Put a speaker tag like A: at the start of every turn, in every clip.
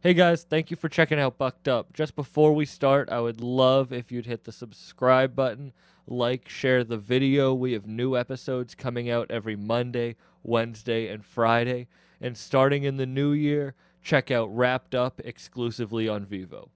A: Hey guys, thank you for checking out Bucked Up. Just before we start, I would love if you'd hit the subscribe button, like, share the video. We have new episodes coming out every Monday, Wednesday, and Friday. And starting in the new year, check out Wrapped Up exclusively on Vivo.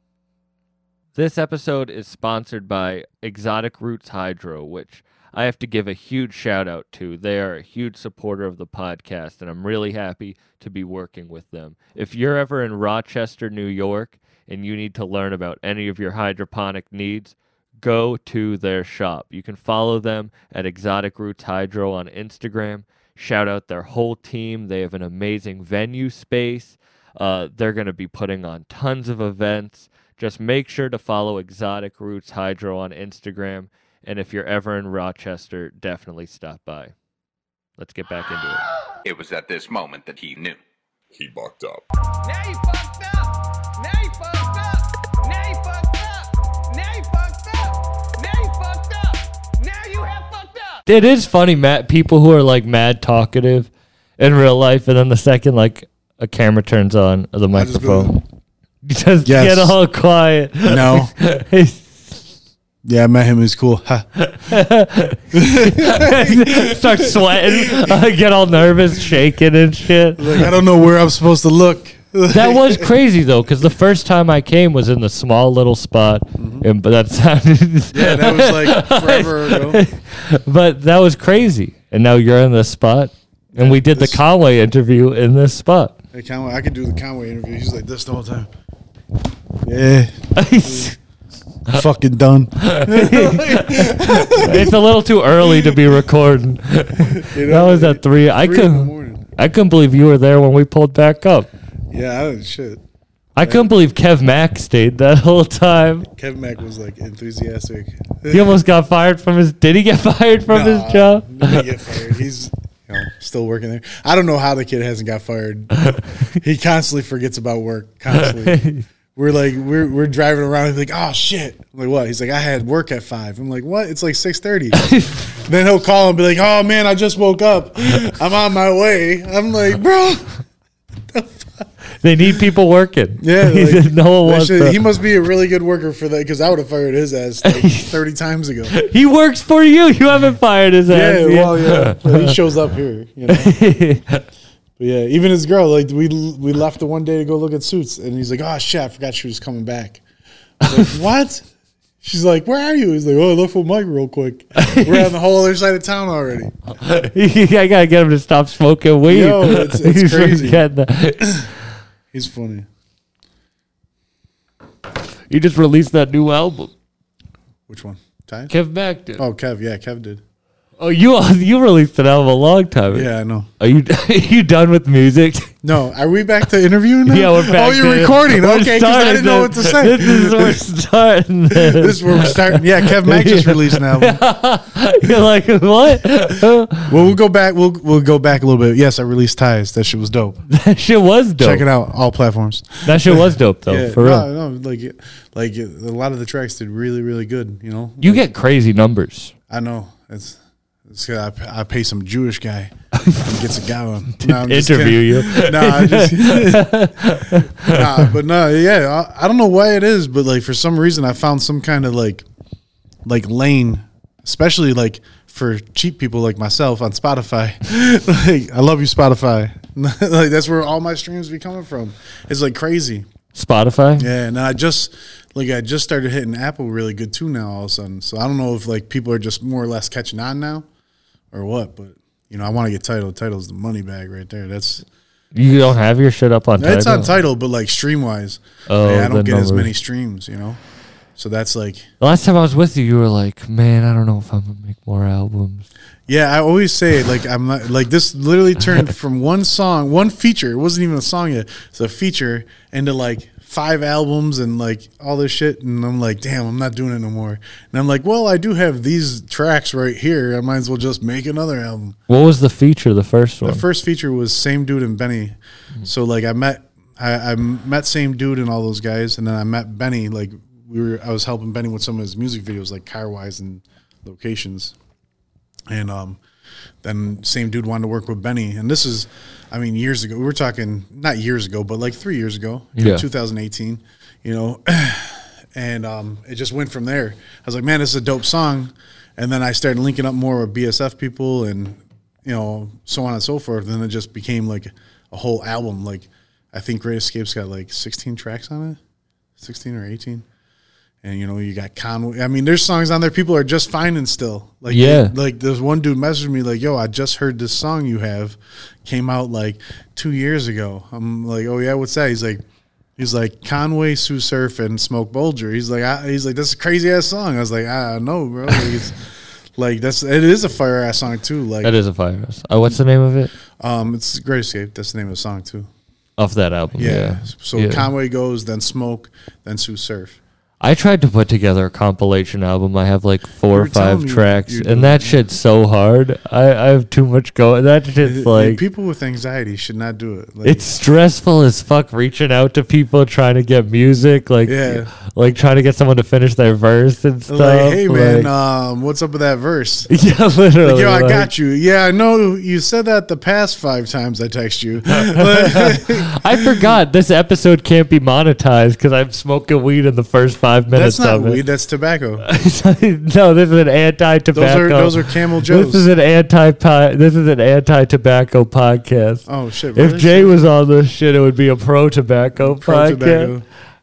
A: This episode is sponsored by Exotic Roots Hydro, which I have to give a huge shout out to. They are a huge supporter of the podcast, and I'm really happy to be working with them. If you're ever in Rochester, New York, and you need to learn about any of your hydroponic needs, go to their shop. You can follow them at Exotic Roots Hydro on Instagram. Shout out their whole team. They have an amazing venue space. Uh, they're going to be putting on tons of events. Just make sure to follow Exotic Roots Hydro on Instagram. And if you're ever in Rochester, definitely stop by. Let's get back into it.
B: It was at this moment that he knew.
C: He bucked up.
D: Now you fucked up. Now you fucked up. Now you fucked up. Now you fucked up. Now you fucked up. Now you have fucked up.
A: It is funny, Matt. People who are like mad talkative in real life, and then the second like a camera turns on or the
E: I just
A: microphone,
E: go,
A: you just
E: Yes.
A: get all quiet.
E: No. Yeah, I met him. He's cool. Ha.
A: Start sweating, I get all nervous, shaking and shit.
E: Like, I don't know where I'm supposed to look.
A: That was crazy though, because the first time I came was in the small little spot, and but that sounded
E: Mm-hmm. yeah, that was like forever ago.
A: But that was crazy. And now you're in this spot. And we did the
E: This-
A: Conway interview in this spot.
E: Hey, Conway, I could do the Conway interview. He's like this the whole time. Yeah,
A: it's
E: fucking done.
A: a little too early to be recording. that was at three. I
E: Three in the
A: couldn't.
E: morning.
A: I couldn't believe you were there when we pulled back up.
E: Yeah, I didn't shit.
A: I couldn't believe Kev Mack stayed that whole time.
E: Kevin Mack was like enthusiastic.
A: He almost got fired from his. Did he get fired from
E: Nah,
A: his job?
E: he didn't get fired. He's you know, still working there. I don't know how the kid hasn't got fired. he constantly forgets about work. Constantly. We're like we're we're driving around. He's like, oh shit. I'm like what? He's like, I had work at five. I'm like, what? It's like six thirty. then he'll call and be like, oh man, I just woke up. I'm on my way. I'm like, bro.
A: they need people working.
E: Yeah,
A: he
E: like,
A: said, no one
E: that
A: wants.
E: shit-
A: that."
E: he must be a really good worker for that because I would have fired his ass like thirty times ago.
A: He works for you. You haven't fired his ass.
E: Yeah,
A: yet.
E: well, yeah. But he shows up here, you know. But yeah, even his girl, like we we left the one day to go look at suits, and he's like, "Oh shit, I forgot she was coming back." I was like, what? She's like, "Where are you?" He's like, "Oh, I left with Mike real quick. We're on the whole other side of town already."
A: I gotta get him to stop smoking weed.
E: Yo, it's- it's
A: He's
E: crazy.
A: getting the-
E: He's funny.
A: he just released that new album.
E: Which one? Ty?
A: Kev Mack did. Oh,
E: Oh, Kev. Yeah, Kev did.
A: you you released an album a long time. ago.
E: Yeah, I know.
A: Are you are you done with music?
E: No, are we back to interviewing? Now?
A: yeah, we're back.
E: Oh, you're
A: to-
E: recording.
A: we're
E: Okay, because
A: starting
E: I didn't know what to
A: this.
E: say.
A: This is we're starting. This.
E: This is where we're starting. Yeah, Kev Mack just released an album.
A: You're like what? that
E: Well, we'll go back. We'll we'll go back a little bit. Yes, I released ties. That shit was dope.
A: shit was dope.
E: Check it out. All platforms.
A: That shit was dope though,
E: Yeah,
A: for real.
E: No, no, like, like a lot of the tracks did really, really good. You know,
A: You get crazy numbers.
E: I know it's. it's 'cause I, I pay some Jewish guy and gets a guy on no, I'm just
A: Interview
E: kidding.
A: you.
E: Nah, I just, nah, but no, yeah, I, I don't know why it is, but like for some reason, I found some kind of like, like lane, especially like for cheap people like myself on Spotify. like, I love you, Spotify. like that's where all my streams be coming from. It's like crazy.
A: Spotify.
E: Yeah, and I just like I just started hitting Apple really good too now all of a sudden. So I don't know if like people are just more or less catching on now or what, but you know, I want to get title. Title's the money bag right there. That's
A: You don't have your shit up on.
E: it's
A: Tidal?
E: on title, but like stream wise,
A: Oh,
E: I
A: the
E: don't get as
A: numbers.
E: many streams, you know. So that's like,
A: The last time I was with you, you were like, "Man, I don't know if I'm gonna make more albums."
E: yeah, I always say like I'm not, like this literally turned from one song, one feature. It wasn't even a song yet. It's a feature into like five albums and like all this shit. And I'm like, damn, I'm not doing it no more. And I'm like, well, I do have these tracks right here. I might as well just make another album.
A: What was the feature? The first one.
E: The first feature was same dude and Benny. So like I met I, I met same dude and all those guys, and then I met Benny. Like we were, I was helping Benny with some of his music videos, like car wise and locations, and um, Then same dude wanted to work with Benny, and this is, I mean, years ago. We were talking not years ago, but like three years ago, you know,
A: Yeah.
E: 2018. You know, and um, it just went from there. I was like, man, this is a dope song, and then I started linking up more with BSF people, and you know, so on and so forth. And then it just became like a whole album. Like, I think Great Escape's got like 16 tracks on it, 16 or 18. And you know, you got Conway. I mean, there's songs on there people are just finding still. Like,
A: Yeah.
E: they- like this one dude messaged me like, "Yo, I just heard this song you have, came out like two years ago." I'm like, "Oh yeah, what's that?" He's like, He's like Conway, Sue Surf, and Smoke Bolger. He's like, I, he's like, that's a crazy ass song. I was like, I know, bro. Like, it's, like that's it is a fire ass song too. Like,
A: That is a fire. Hose. Uh, what's the name of it?
E: um, it's Great Escape. That's the name of the song too.
A: Of that album.
E: Yeah.
A: Yeah.
E: So
A: Yeah.
E: Conway goes, then Smoke, then Sue Surf.
A: I tried to put together a compilation album. I have like four
E: were
A: or five
E: telling me
A: tracks,
E: you're doing
A: and that shit's so hard. I, I have too much going. That shit's like
E: people with anxiety should not do it. Like,
A: it's stressful as fuck reaching out to people trying to get music, like
E: Yeah.
A: like trying to get someone to finish their verse and stuff.
E: like, hey man,
A: like-
E: um, what's up with that verse?
A: yeah, literally.
E: Like, yo, I
A: like-
E: got you. Yeah, I know you said that the past five times I text you.
A: I forgot this episode can't be monetized because I'm smoking weed in the first five minutes
E: that's not
A: of it.
E: weed. That's tobacco.
A: no, this is an anti-tobacco.
E: those are Camel Joes.
A: This is an anti. This is an anti-tobacco podcast.
E: Oh shit!
A: if
E: really?
A: Jay was on this shit, it would be a pro-tobacco
E: Pro
A: podcast.
E: tobacco.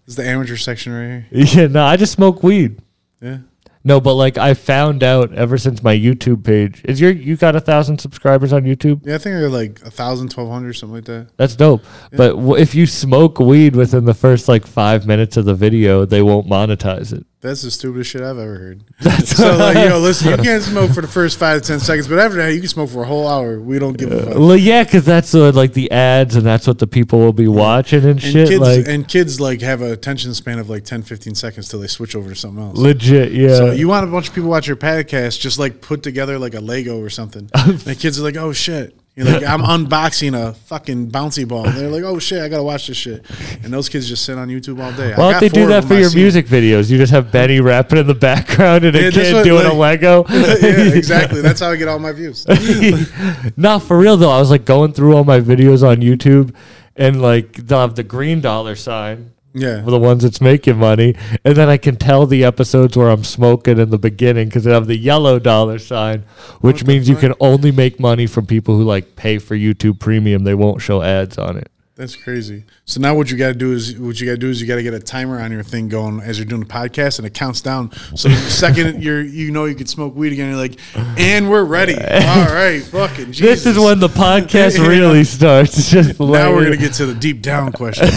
E: This is the amateur section right here.
A: Yeah, no, I just smoke weed.
E: Yeah.
A: No, but like I found out ever since my YouTube page is your you got a thousand subscribers on YouTube.
E: Yeah, I think they're like a thousand, twelve hundred, something like that.
A: That's dope. But w- if you smoke weed within the first like five minutes of the video, they won't monetize it.
E: That's the stupidest shit I've ever heard. so like, yo, listen, you can't smoke for the first five to ten seconds, but after that, you can smoke for a whole hour. We don't give a fuck.
A: Well, yeah, because that's uh, like the ads, and that's what the people will be watching and
E: And
A: shit.
E: kids
A: like
E: and kids like have a attention span of like 10, 15 seconds till they switch over to something else.
A: legit, yeah.
E: So you want a bunch of people watch your podcast, just like put together like a Lego or something. and the kids are like, "Oh shit!" You're like, "I'm unboxing a fucking bouncy ball." And they're like, "Oh shit! I gotta watch this shit." And those kids just sit on YouTube all day. I
A: Why don't
E: got
A: they
E: four
A: do
E: of
A: that
E: them
A: for
E: I
A: your
E: see.
A: music videos? You just have Benny rapping in the background and a
E: Yeah, that's
A: kid
E: what,
A: doing a
E: like-
A: Lego.
E: yeah, exactly. That's how I get all my views.
A: no, for real though, I was like going through all my videos on YouTube, and like they'll have the green dollar sign.
E: Yeah.
A: for the ones that's making money, and then I can tell the episodes where I'm smoking in the beginning because they have the yellow dollar sign, which means you can only make money from people who like pay for YouTube Premium. They won't show ads on it.
E: That's crazy. So now what you got to do is what you got to do is you got to get a timer on your thing going as you're doing the podcast, and it counts down. So the second you're you know you can smoke weed again, you're like, and we're ready. All right, fucking. Jesus.
A: This is when the podcast
E: Yeah.
A: really starts. It's just
E: Now we're
A: later.
E: gonna get to the deep down question.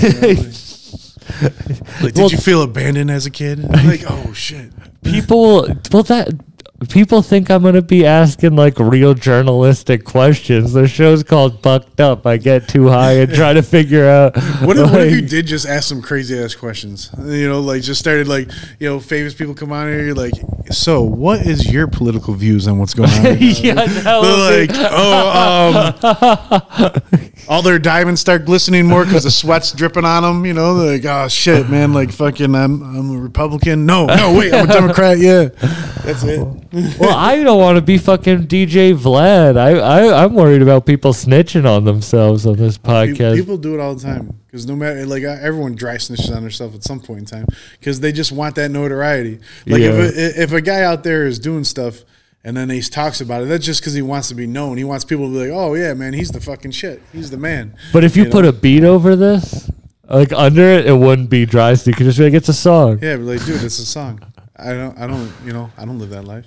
E: like, did
A: Well-
E: you feel abandoned as a kid? Like, oh shit.
A: people. Well, that people think I'm gonna be asking like real journalistic questions. The show's called Bucked Up. I get too high and try to figure out
E: What if, what if you
A: like-
E: did just ask some crazy ass questions? You know, like just started like you know famous people come on here. You're like, so what is your political views on what's going on? right now?"
A: yeah, that would
E: They're
A: be-
E: like, oh, um, all their diamonds start glistening more because the sweat's dripping on them. You know, they're like, oh shit, man, like fucking, I'm I'm a Republican. No, no, wait, I'm a Democrat. Yeah, that's it.
A: well, I don't want to be fucking DJ Vlad. I, I I'm worried about people snitching on themselves on this
E: People,
A: podcast.
E: people do it all the time because no matter like uh, everyone dry snitches on themselves at some point in time because they just want that notoriety. Like
A: Yeah.
E: if a, if a guy out there is doing stuff. And then he talks about it. That's just because he wants to be known. He wants people to be like, "Oh yeah, man, he's the fucking shit. He's the man."
A: but if you,
E: you know.
A: put a beat over this, like under it, it wouldn't be dry. So you could just be like, it's a song.
E: Yeah, but like, dude, it's a song. I don't, I don't, you know, I don't live that life.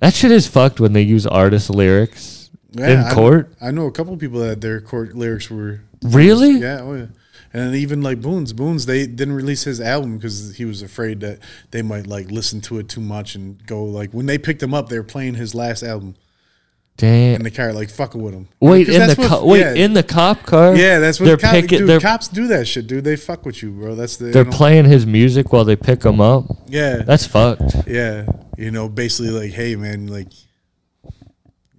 A: That shit is fucked when they use artist lyrics
E: Yeah,
A: in court.
E: I, I know a couple people that their court lyrics were.
A: really?
E: Yeah, oh yeah. And even like Boone's, Boone's, they didn't release his album because he was afraid that they might like listen to it too much and go like when they picked him up, they were playing his last album in
A: Damn.
E: the car, like fucking with him.
A: Wait
E: 'Cause
A: in the
E: that's what-
A: co- wait
E: yeah.
A: in the cop car.
E: yeah, that's what
A: they're
E: cop-
A: picking.
E: dude,
A: they're
E: cops do that shit, dude. They fuck with you, bro. That's the you
A: they're
E: know,
A: playing his music while they pick him up.
E: yeah,
A: That's fucked.
E: Yeah, you know, basically like, hey man, like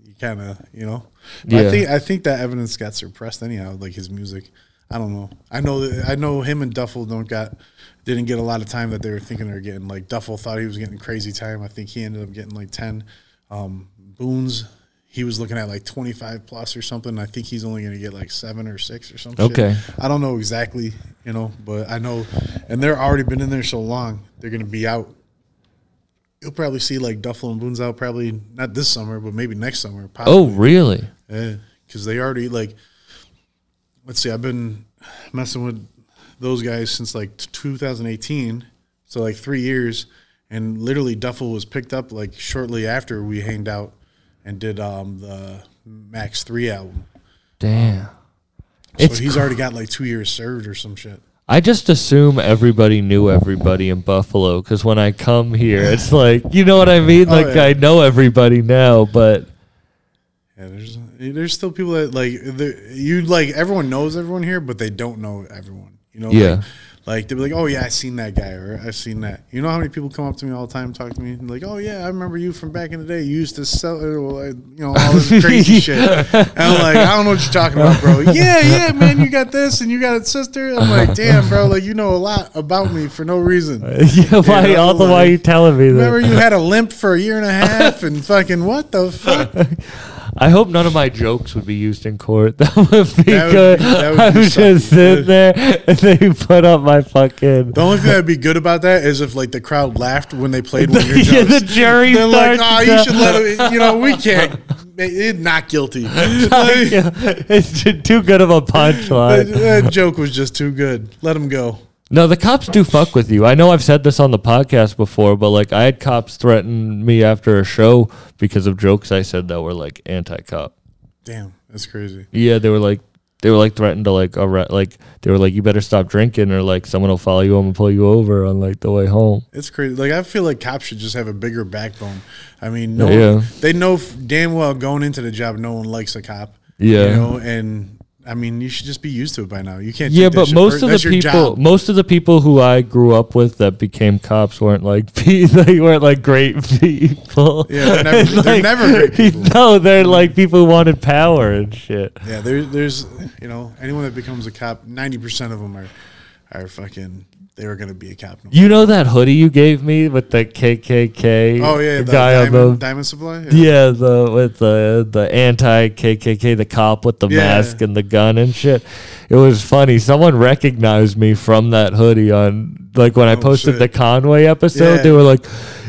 E: you kind of, you know, But I
A: Yeah.
E: think I think that evidence got suppressed anyhow. Like his music, I don't know. I know that I know him and Duffel don't got didn't get a lot of time that they were thinking they were getting. Like Duffel thought he was getting crazy time. I think he ended up getting like ten. Um, Boone's he was looking at like 25 plus or something. I think he's only going to get like seven or six or something.
A: Okay.
E: I don't know exactly, you know, but I know, and they're already been in there so long, they're going to be out. You'll probably see like Duffel and Boone's out probably not this summer, but maybe next summer.
A: Oh, really?
E: because they already like. Let's see, I've been messing with those guys since like 2018, so like three years, and literally Duffel was picked up like shortly after we hanged out and did um the Max Three album.
A: Damn.
E: So
A: It's
E: he's already got like two years served or some shit.
A: I just assume everybody knew everybody in Buffalo because when I come here, it's like you know what I mean. Like
E: Oh, yeah.
A: I know everybody now, but
E: Yeah, there's there's still people that like the- you like everyone knows everyone here, but they don't know everyone. You know,
A: Yeah.
E: Like, like they'll be like, "Oh yeah, I seen that guy," or "I've seen that." You know how many people come up to me all the time, and talk to me, and like, "Oh yeah, I remember you from back in the day. You used to sell, uh, you know, all this crazy shit." And I'm like, "I don't know what you're talking about, bro." Yeah, yeah, man, you got this, and you got a sister. I'm like, "Damn, bro, like you know a lot about me for no reason."
A: yeah, why
E: Yeah,
A: all the while
E: like-
A: you telling me that?
E: Remember you had a limp for a year and a half, and fucking what the fuck?
A: I hope none of my jokes would be used in court. That would be
E: That would be-
A: good.
E: that would
A: I
E: be
A: would just sit
E: something.
A: there and they put up my fucking.
E: The only thing that'd be good about that is if like the crowd laughed when they played one of your jokes.
A: yeah, the jury
E: They're like,
A: starts
E: oh,
A: to-
E: you should let him. You know, we can't. It, not guilty. Like,
A: it's ju- too good of a punchline.
E: that joke was just too good. Let him go.
A: No, the cops do fuck with you. I know I've said this on the podcast before, but like I had cops threaten me after a show because of jokes I said that were like anti-cop.
E: Damn, that's crazy.
A: Yeah, they were like they were like threatened to like arre- like they were like you better stop drinking or like someone will follow you home and pull you over on like the way home.
E: It's crazy. Like I feel like cops should just have a bigger backbone. I mean, no,
A: Yeah.
E: they know f- damn well going into the job, no one likes a cop.
A: Yeah.
E: you know, and I mean, you should just be used to it by now. You can't.
A: Yeah,
E: take that
A: but
E: shit
A: most
E: per-
A: of the
E: that's your
A: people,
E: job.
A: most of the people who I grew up with that became cops weren't like pe- they weren't like great people.
E: Yeah, they're never-
A: It's
E: they're never great people.
A: No, they're like people who wanted power and shit.
E: Yeah, there, there's, you know, anyone that becomes a cop, 90% of them are, are fucking, they were going to be a cop. No
A: You know that hoodie you gave me with the KKK?
E: more. oh, yeah, the
A: guy
E: diamond,
A: on the.
E: diamond supply? Yeah.
A: Yeah, the with the the anti KKK, the cop with the
E: Yeah.
A: mask and the gun and shit. It was funny. Someone recognized me from that hoodie on like when I posted
E: Oh, shit.
A: the Conway episode.
E: Yeah.
A: They were like,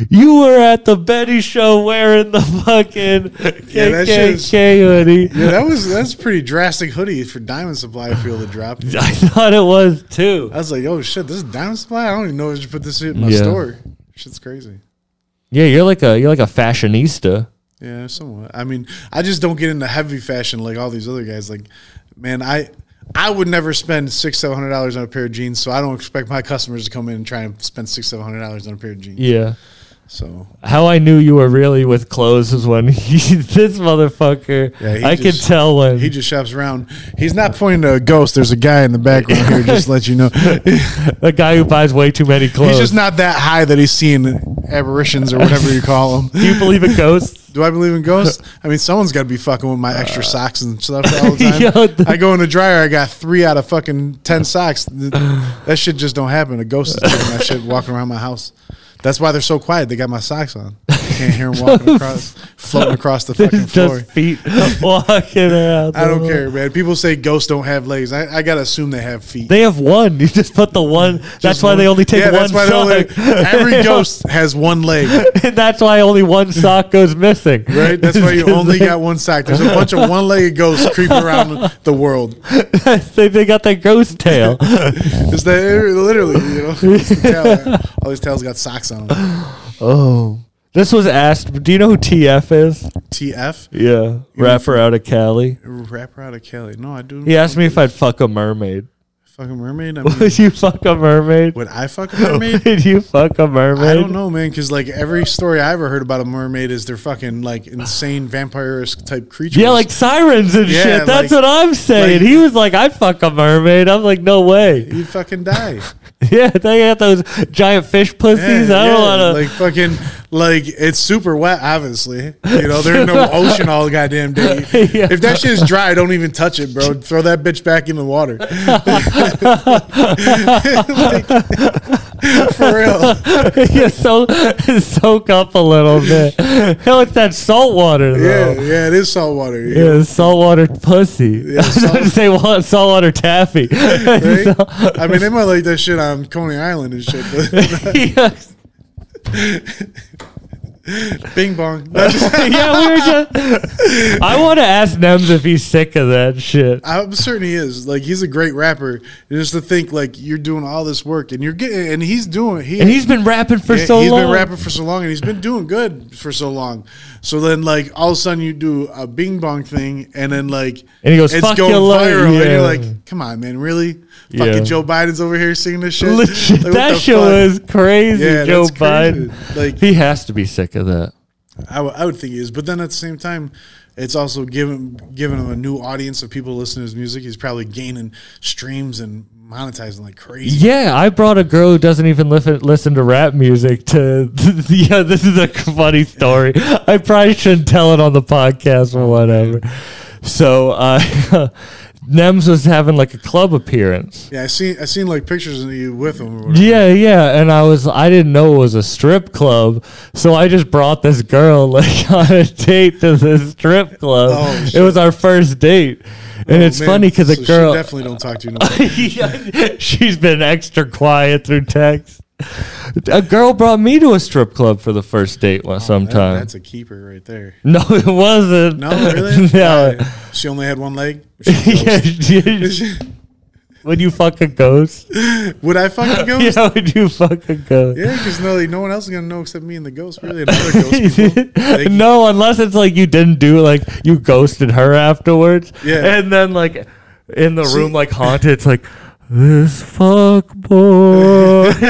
A: "You were at the Betty show wearing the fucking
E: Yeah, that shit is-
A: KKK hoodie."
E: Yeah, that was, that's pretty drastic hoodie for diamond supply, I feel, the drop.
A: I thought it was too.
E: I was like, oh, shit, this is diamond supply? I don't even know if you put this shit in my
A: Yeah.
E: store. Shit's crazy.
A: Yeah, you're like a you're like a fashionista.
E: Yeah, somewhat. I mean, I just don't get into heavy fashion like all these other guys. Like, man, I I would never spend six seven hundred dollars on a pair of jeans, so I don't expect my customers to come in and try and spend six seven hundred dollars on a pair of jeans.
A: Yeah.
E: So
A: How I knew you were really with clothes is when he, this motherfucker.
E: Yeah, he
A: I could
E: just-
A: tell when
E: He just shops around. He's not pointing to a ghost. There's a guy in the background here, just to let you know. He's
A: a guy who buys way too many clothes.
E: just not that high that he's seeing aberrations or whatever you call them.
A: Do you believe in ghosts?
E: Do I believe in ghosts? I mean, someone's got to be fucking with my extra socks and stuff all the time.
A: Yo, Uh, the-
E: I go in the dryer, I got three out of fucking ten socks. Th- That shit just don't happen. A ghost is taking that shit walking around my house. That's why they're so quiet. They got my socks on. Can't hear them walking across, floating across the fucking floor.
A: Just feet walking out.
E: I don't care, man. People say ghosts don't have legs. I, I gotta assume they have feet.
A: They have one. You just put the one. that's
E: Just
A: why
E: one-
A: they only take
E: Yeah,
A: one
E: that's why they only-
A: sock.
E: every ghost has one leg,
A: and that's why only one sock goes missing.
E: right? That's why you
A: 'Cause
E: only
A: they-
E: got one sock. There's a bunch of one-legged ghosts creeping around the world.
A: they, they got that ghost tail.
E: It's that literally, you know, it's the tail. all these tails got socks on them.
A: oh. This was asked. Do you know who TF is?
E: TF
A: Yeah. Rapper out of Cali.
E: rapper out of Cali. No, I do.
A: He asked me if I'd fuck a mermaid.
E: fucking mermaid. I mean,
A: Would you fuck a mermaid?
E: would I fuck a mermaid?
A: Would you fuck a mermaid?
E: I don't know, man, because like every story I ever heard about a mermaid is they're fucking like insane vampire type creatures.
A: Yeah, like sirens and
E: Yeah,
A: shit. That's
E: like-
A: what I'm saying.
E: like-
A: he was like, I'd fuck a mermaid. I'm like, no way.
E: you'd fucking die.
A: Yeah, they got those giant fish pussies. I don't want to.
E: like fucking like it's super wet. Obviously, you know they're in the ocean all goddamn day.
A: Yeah.
E: If that shit is dry, don't even touch it, bro. Throw that bitch back in the water. Like, For real.
A: you so soak up a little bit. Oh, it's that salt water
E: Yeah,
A: though. Yeah.
E: yeah, it is salt water. Yeah.
A: saltwater pussy. I was about to
E: salt-
A: say wa- saltwater taffy.
E: Right?
A: So-
E: I mean, they might like that shit on Coney Island and shit. But
A: Yes.
E: bing bong.
A: yeah, we were just. I want to ask Nems if he's sick of that shit.
E: I'm certain he is. Like, he's a great rapper. And just to think, like, you're doing all this work and you're getting, and he's doing, he,
A: And he's been rapping for
E: Yeah,
A: so
E: he's
A: long.
E: been rapping for so long and he's been doing good for so long. So then, like, all of a sudden you do a bing bong thing and then, like,
A: And he goes, "Fuck your life,"
E: And
A: yeah.
E: you're like, come on, man, really?
A: Yeah.
E: Fucking Joe Biden's over here singing this shit.
A: Legit,
E: Like, what
A: that
E: the
A: shit
E: fuck?
A: was crazy,
E: Yeah,
A: Joe
E: that's crazy.
A: Biden.
E: Like-
A: he has to be sick of that.
E: I would- I would think he is, but then at the same time, it's also giving giving him a new audience of people listening to his music. He's probably gaining streams and monetizing like crazy.
A: Yeah, I brought a girl who doesn't even listen, listen to rap music to. yeah, this is a funny story. I probably shouldn't tell it on the podcast or whatever. So, uh, Nems was having like a club appearance.
E: Yeah, I seen I seen like pictures of you with him. Or whatever.
A: Yeah, yeah, and I was I didn't know it was a strip club, so I just brought this girl like on a date to the strip club.
E: Oh,
A: it
E: shit.
A: was our first date, and
E: Oh,
A: it's
E: man.
A: funny because the
E: So she
A: girl
E: definitely don't talk to you. No more.
A: she's been extra quiet through text. A girl brought me to a strip club for the first date one
E: That-
A: sometime.
E: Oh, that's a keeper right there.
A: no, it wasn't.
E: No, really?
A: no.
E: Why? She only had one leg.
A: Yeah, she- would you fuck a ghost?
E: Would I fucking go? Yeah,
A: Yeah, would you fuck a ghost?
E: because no, like, no one else is gonna know except me and the ghost. Really, another ghost. people. Like,
A: no, unless it's like you didn't do like you ghosted her afterwards.
E: Yeah.
A: And then like in the room
E: See-
A: like haunted, it's like this fuck boy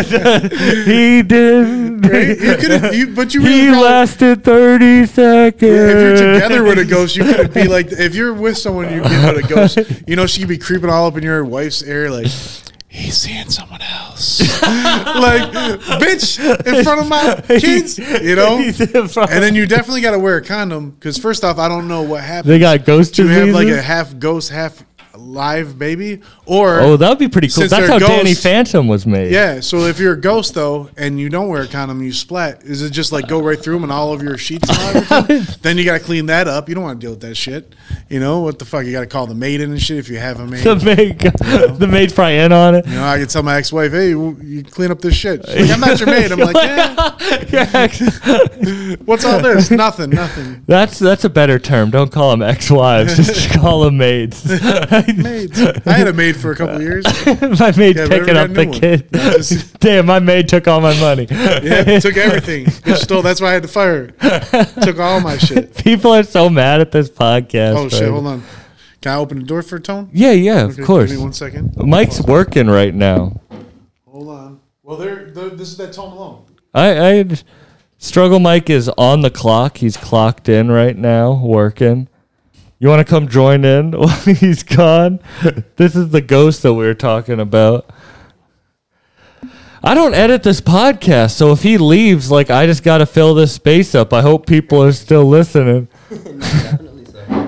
A: he didn't
E: Right? You could, you, but you really
A: he
E: probably-
A: lasted 30 seconds.
E: If you're together with a ghost, you could be like, if you're with someone, you get with a ghost. You know, she could be creeping all up in your wife's ear, like, he's seeing someone else. like, bitch, in front of my kids, you know? And then you definitely got to wear a condom because, first off, I don't know what
A: they
E: happened.
A: got ghost
E: Do you have
A: diseases.
E: like a half ghost, half live baby? Or,
A: oh, that would be pretty cool.
E: Since
A: That's
E: they're
A: how Danny
E: ghosts-
A: Phantom was made.
E: yeah, so if you're a ghost, though, and you don't wear a condom, you splat, is it just like go right through them and all of your sheets and all everything? then you got to clean that up. You don't want to deal with that shit. You know, what the fuck? You got to call the maid in and shit if you have a maid.
A: The maid, the maid fry in on it.
E: you know, I could tell my ex wife, hey, w- you clean up this shit. She's like, I'm not your maid. I'm like, yeah, what's all this? Nothing, nothing.
A: That's that's a better term. Don't call them ex-wives. Just call them maids.
E: Maids. I had a maid for a couple years.
A: my maid
E: Yeah, but
A: picking
E: everybody
A: up
E: got
A: the
E: new
A: kid.
E: ones. Just-
A: Damn, my maid took all my money.
E: Yeah, took everything. Bitch stole. That's why I had to fire her. Took all my shit.
A: People are so mad at this podcast.
E: Oh, shit.
A: right?
E: Hold on. Can I open the door for a tone?
A: Yeah, yeah, of
E: Okay,
A: course.
E: Give me one second.
A: Mike's working right now.
E: Hold on. Well, they're, they're, this is that Tom Malone.
A: I, I struggle. Mike is on the clock. He's clocked in right now, working. You want to come join in while he's gone? This is the ghost that we were talking about. I don't edit this podcast, so if he leaves, like I just got to fill this space up. I hope people are still listening.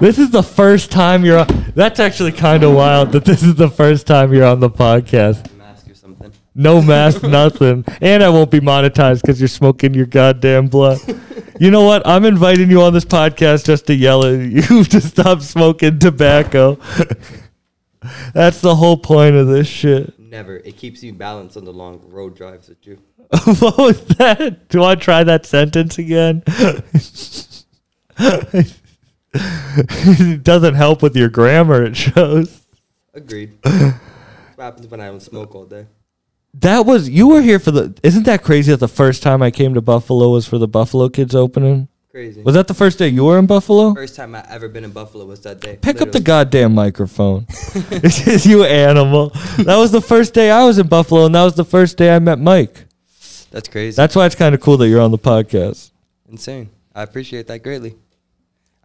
A: this is the first time you're on. That's actually kind of wild that this is the first time you're on the podcast.
F: mask or something.
A: No mask, nothing. And I won't be monetized because you're smoking your goddamn blunt. You know what? I'm inviting you on this podcast just to yell at you to stop smoking tobacco. That's the whole point of this shit.
F: Never. It keeps you balanced on the long road drives with you.
A: what was that? Do I try that sentence again? it doesn't help with your grammar, it shows.
F: Agreed. what happens when I don't smoke all day?
A: That was, you were here for the, isn't that crazy that the first time I came to Buffalo was for the Buffalo Kids opening?
F: Crazy.
A: Was that the first day you were in Buffalo?
F: First time I ever been in Buffalo was that day.
A: Pick up the
F: Literally.
A: goddamn microphone. This is you animal. That was the first day I was in Buffalo, and that was the first day I met Mike.
F: That's crazy.
A: That's why it's kind of cool that you're on the podcast.
F: insane. I appreciate that greatly.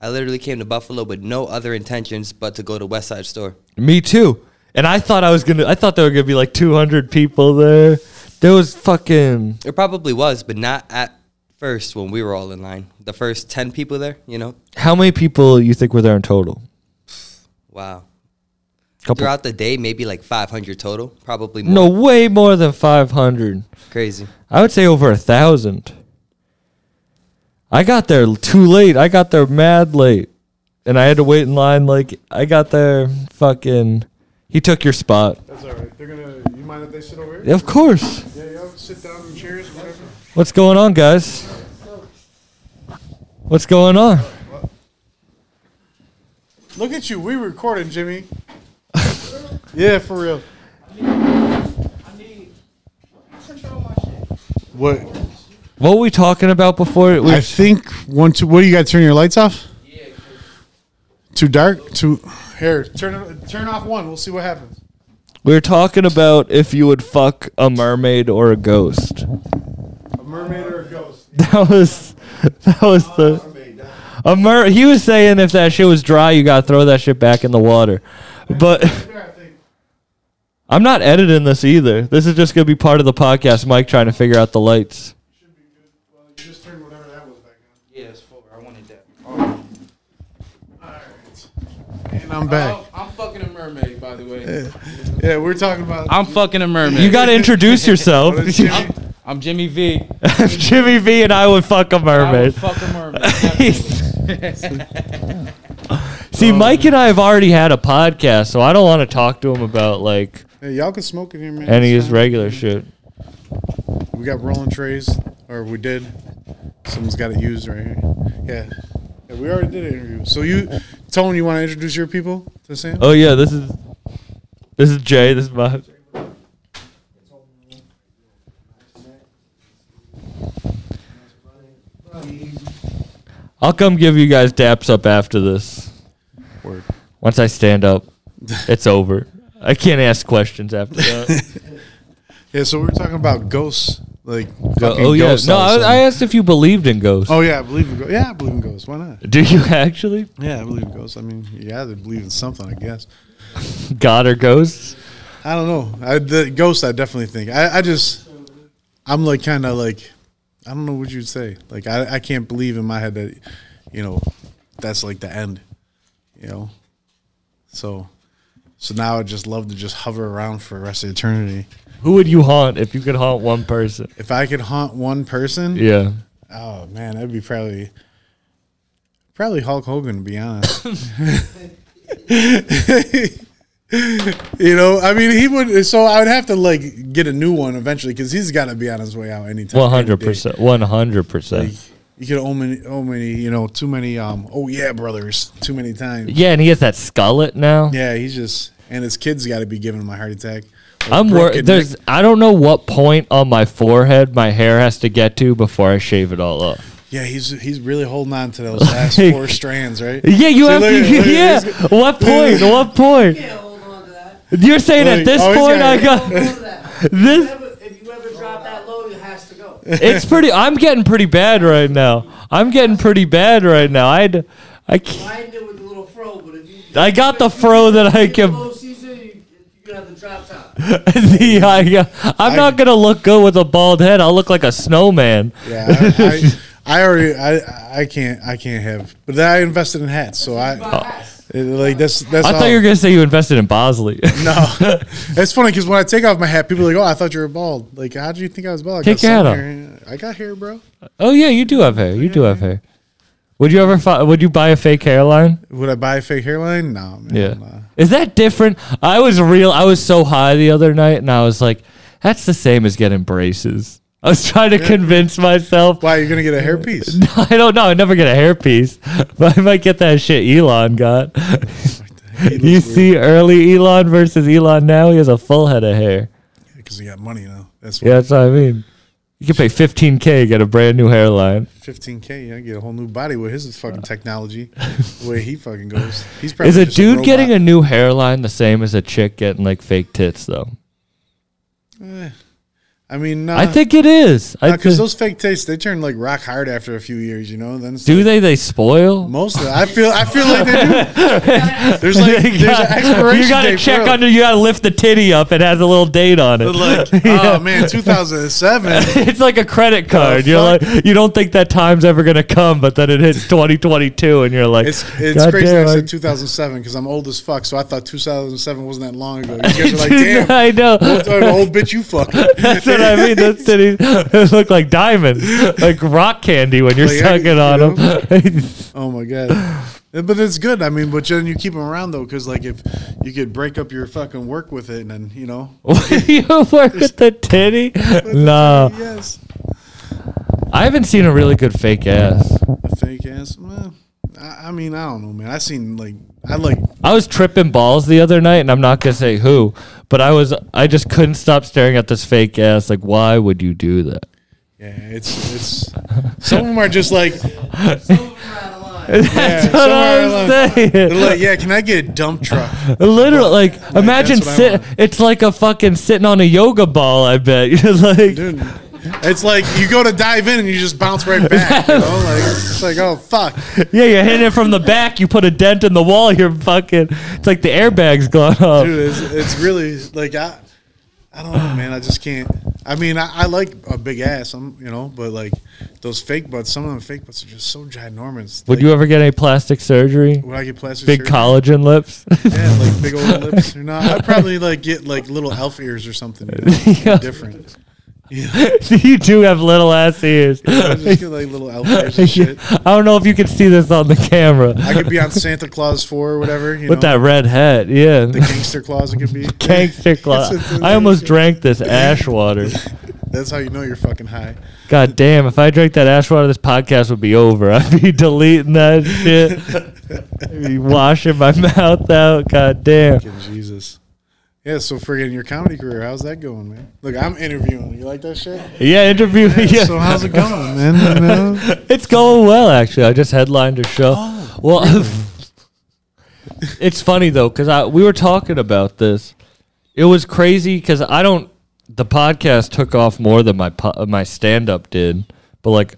F: I literally came to Buffalo with no other intentions but to go to West Side Store.
A: Me too. And I thought I was gonna. I thought there were gonna be like 200 people there. There was fucking.
F: It probably was, but not at first when we were all in line. The first 10 people there, you know?
A: How many people you think were there in total?
F: Wow.
A: Couple.
F: Throughout the day, maybe like 500 total, probably more.
A: No, way more than 500.
F: Crazy.
A: I would say over a thousand. I got there l- too late. I got there mad late, and I had to wait in line. Like I got there, fucking. He took your spot.
E: That's all right. They're gonna. You mind if they sit over here?
A: Of course.
E: Yeah, yeah. Sit down in chairs, whatever.
A: What's going on, guys? What's going on?
E: Look at you. We recording, Jimmy. yeah, for real. What?
A: What were we talking about before? We,
E: I think once. What do you got? Turn your lights off. Too dark. Too. Here, turn turn off one. We'll see what happens.
A: we were talking about if you would fuck a mermaid or a ghost.
E: A mermaid or a ghost?
A: That was that was the. A mer- he was saying if that shit was dry, you gotta throw that shit back in the water. But I'm not editing this either. This is just gonna be part of the podcast. Mike trying to figure out the lights.
E: Just turn whatever that was back
D: Yeah, it's four. I wanted that.
E: on. And I'm back.
D: I'm fucking a mermaid, by the way.
E: Yeah, we're talking about.
D: I'm fucking a mermaid.
A: You gotta introduce yourself.
D: I'm Jimmy V.
A: Jimmy V and I would fuck a
D: I would
A: mermaid.
D: fuck a mermaid. definitely.
A: See, Mike and I have already had a podcast, so I don't want to talk to him about like
E: Hey, y'all can smoke in here, man.
A: any of his
E: It's fine.
A: regular shit.
E: We got rolling trays, or we did. Someone's got it used right here. Yeah. Yeah, we already did an interview. So you, Tone, you want to introduce your people to Sam?
A: Oh yeah, this is this is Jay. This is my.
D: Oh,
A: I'll come give you guys daps up after this.
E: Word.
A: Once I stand up, it's over. I can't ask questions after that.
E: Yeah. So we were talking about ghosts, like
A: Go-
E: fucking
A: oh yeah,
E: ghosts
A: no,
E: all
A: I,
E: of a
A: I
E: sudden.
A: asked if you believed in ghosts.
E: Oh yeah, I believe in ghosts. Yeah, I believe in ghosts. Why not?
A: Do you actually?
E: Yeah, I believe in ghosts. I mean, yeah, they believe in something, I guess.
A: God or ghosts?
E: I don't know. I, the ghost, I definitely think. I, I just, I'm like kind of like, I don't know what you'd say. Like, I, I can't believe in my head that, you know, that's like the end, you know? So, so now I just love to just hover around for the rest of eternity.
A: Who would you haunt if you could haunt one person?
E: If I could haunt one person,
A: Yeah.
E: oh man, that'd be probably, probably Hulk Hogan, to be honest. You know, I mean, he would. So I would have to like get a new one eventually because he's got to be on his way out anytime.
A: One
E: any day.
A: hundred percent. One hundred percent.
E: You could owe many, oh many, you know, too many. Um, oh yeah, brothers, too many times.
A: Yeah, and he has that skullet now.
E: Yeah, he's just and his kids got to be giving him a heart attack. Or
A: I'm
E: broken
A: worried.
E: neck.
A: There's. I don't know what point on my forehead my hair has to get to before I shave it all up.
E: Yeah, he's he's really holding on to those last
A: Like-
E: four strands, right?
A: Yeah, you
E: See,
A: have
E: look
A: to.
E: at- look at-
A: yeah.
E: he's-
A: What point? What point? You're saying at
E: Like,
A: this
E: oh, he's
A: point
E: got-
A: I got this.
G: If you ever drop that load, it has to go.
A: It's pretty. I'm getting pretty bad right now. I'm getting pretty bad right now. I'd. I can't.
G: I did with the little fro, but if you
A: I got the fro that I
G: get
A: can.
G: low season, you, you can have the drop top.
A: the, I, I'm not gonna look good with a bald head. I'll look like a snowman.
E: Yeah, I, I, I already, I, I can't, I can't have. But then I invested in hats, so I, it- like that's that's.
A: Oh. I
E: all.
A: thought you were gonna say you invested in Bosley.
E: No, it's funny because when I take off my hat, people are like, "Oh, I thought you were bald." Like, how do you think I was bald? I
A: Take
E: got
A: your hat
E: some
A: off.
E: hair. I got hair, bro.
A: Oh yeah, you do have hair. You do have hair. Would you ever fi- would you buy a fake hairline?
E: Would I buy a fake hairline? No, man.
A: Yeah.
E: Nah.
A: Is that different? I was real I was so high the other night and I was like, that's the same as getting braces. I was trying to convince myself
E: Why are you gonna get a hairpiece?
A: I don't know, I never get a hairpiece, but I might get that shit Elon got. you see early Elon versus Elon now, he has a full head of hair.
E: Because you got money now. That's
A: Yeah,
E: what
A: that's what I mean. You can pay 15k get a brand new hairline.
E: fifteen k. Yeah, get a whole new body with his fucking technology. the way he fucking goes, he's probably
A: Uh. Is a
E: just
A: dude getting a
E: robot.
A: new hairline the same as a chick getting like fake tits though?
E: I mean, nah,
A: I think it is. I
E: because
A: thi-
E: Uh, those fake tastes they turn like rock hard after a few years. You know, then it's
A: do
E: like-
A: they? They spoil.
E: Most of it. I feel I feel like they do. There's
A: You
E: like there's an
A: gotta-
E: expiration.
A: you gotta
E: date for
A: check
E: it.
A: under. You gotta lift the titty up. It has a little date on it.
E: But like, oh man, 2007.
A: it's like a credit card. you're
E: fuck?
A: like, you don't think that time's ever gonna come, but then it hits 2022, and you're like,
E: It's it's
A: "God
E: crazy
A: damn,
E: that I
A: I-
E: said 2007 because I'm old as fuck. So I thought 2007 wasn't that long ago. You guys are like, damn,
A: I know.
E: I'm an old bitch, you fuck.
A: That's what I mean. Those titties look like diamonds, like rock candy when you're
E: Like, I-
A: sucking on
E: you
A: them.
E: Oh my god. Uh, But it's good. I mean, but then you keep them around though, because like if you could break up your fucking work with it, and then you know,
A: you work with the titty? No,
E: yes,
A: I haven't seen a really good fake ass.
E: a fake ass. Well, I, I mean, I don't know, man. I seen like I like
A: I was tripping balls the other night, and I'm not gonna say who, but I was. I just couldn't stop staring at this fake ass. Like, why would you do that?
E: yeah, it's it's some of them are just like
A: That's
E: Yeah,
A: what
E: somewhere
A: I'm saying.
E: they're like yeah, can I get a dump truck?
A: Literally, like, imagine
E: that's what I
A: sit.
E: want.
A: It's like a fucking sitting on a yoga ball. I bet you're like,
E: Dude, it's like you go to dive in and you just bounce right back. You know, like it's like oh fuck.
A: yeah, you're hitting it from the back. You put a dent in the wall. You're fucking. It's like the airbags gone off.
E: Dude, it's, it's really like I, I don't know, man. I just can't. I mean, I, I like a big ass, I'm, you know, but like those fake butts, some of them fake butts are just so ginormous.
A: Would
E: Like,
A: you ever get any plastic surgery?
E: Would I get plastic
A: Big
E: surgery?
A: collagen lips.
E: Yeah, like big old lips or not? I'd probably like get like little elf ears or something. You know, something
A: Yeah.
E: different. Yeah,
A: you do have little ass ears.
E: I just get like little elf ears and shit.
A: I don't know if you can see this on the camera.
E: I could be on Santa Claus four or whatever. You
A: With
E: know,
A: that red hat, yeah.
E: the gangster claws. It could be
A: Gangster claw.
E: It's- it's-
A: I almost drank this ash water.
E: That's how you know you're fucking high.
A: God damn, if I drank that ash water, this podcast would be over. I'd be deleting that shit. I'd be washing my mouth out. God damn.
E: Fucking Jesus. Yeah, so friggin' your comedy career, how's that going, man? Look, I'm interviewing. You like that shit?
A: Yeah, interview me. Yeah.
E: So how's it going, man? You know?
A: It's going well, actually. I just headlined a show.
E: Oh,
A: well, it's funny though because I we were talking about this. It was crazy because I don't. The podcast took off more than my po- my stand up did, but like,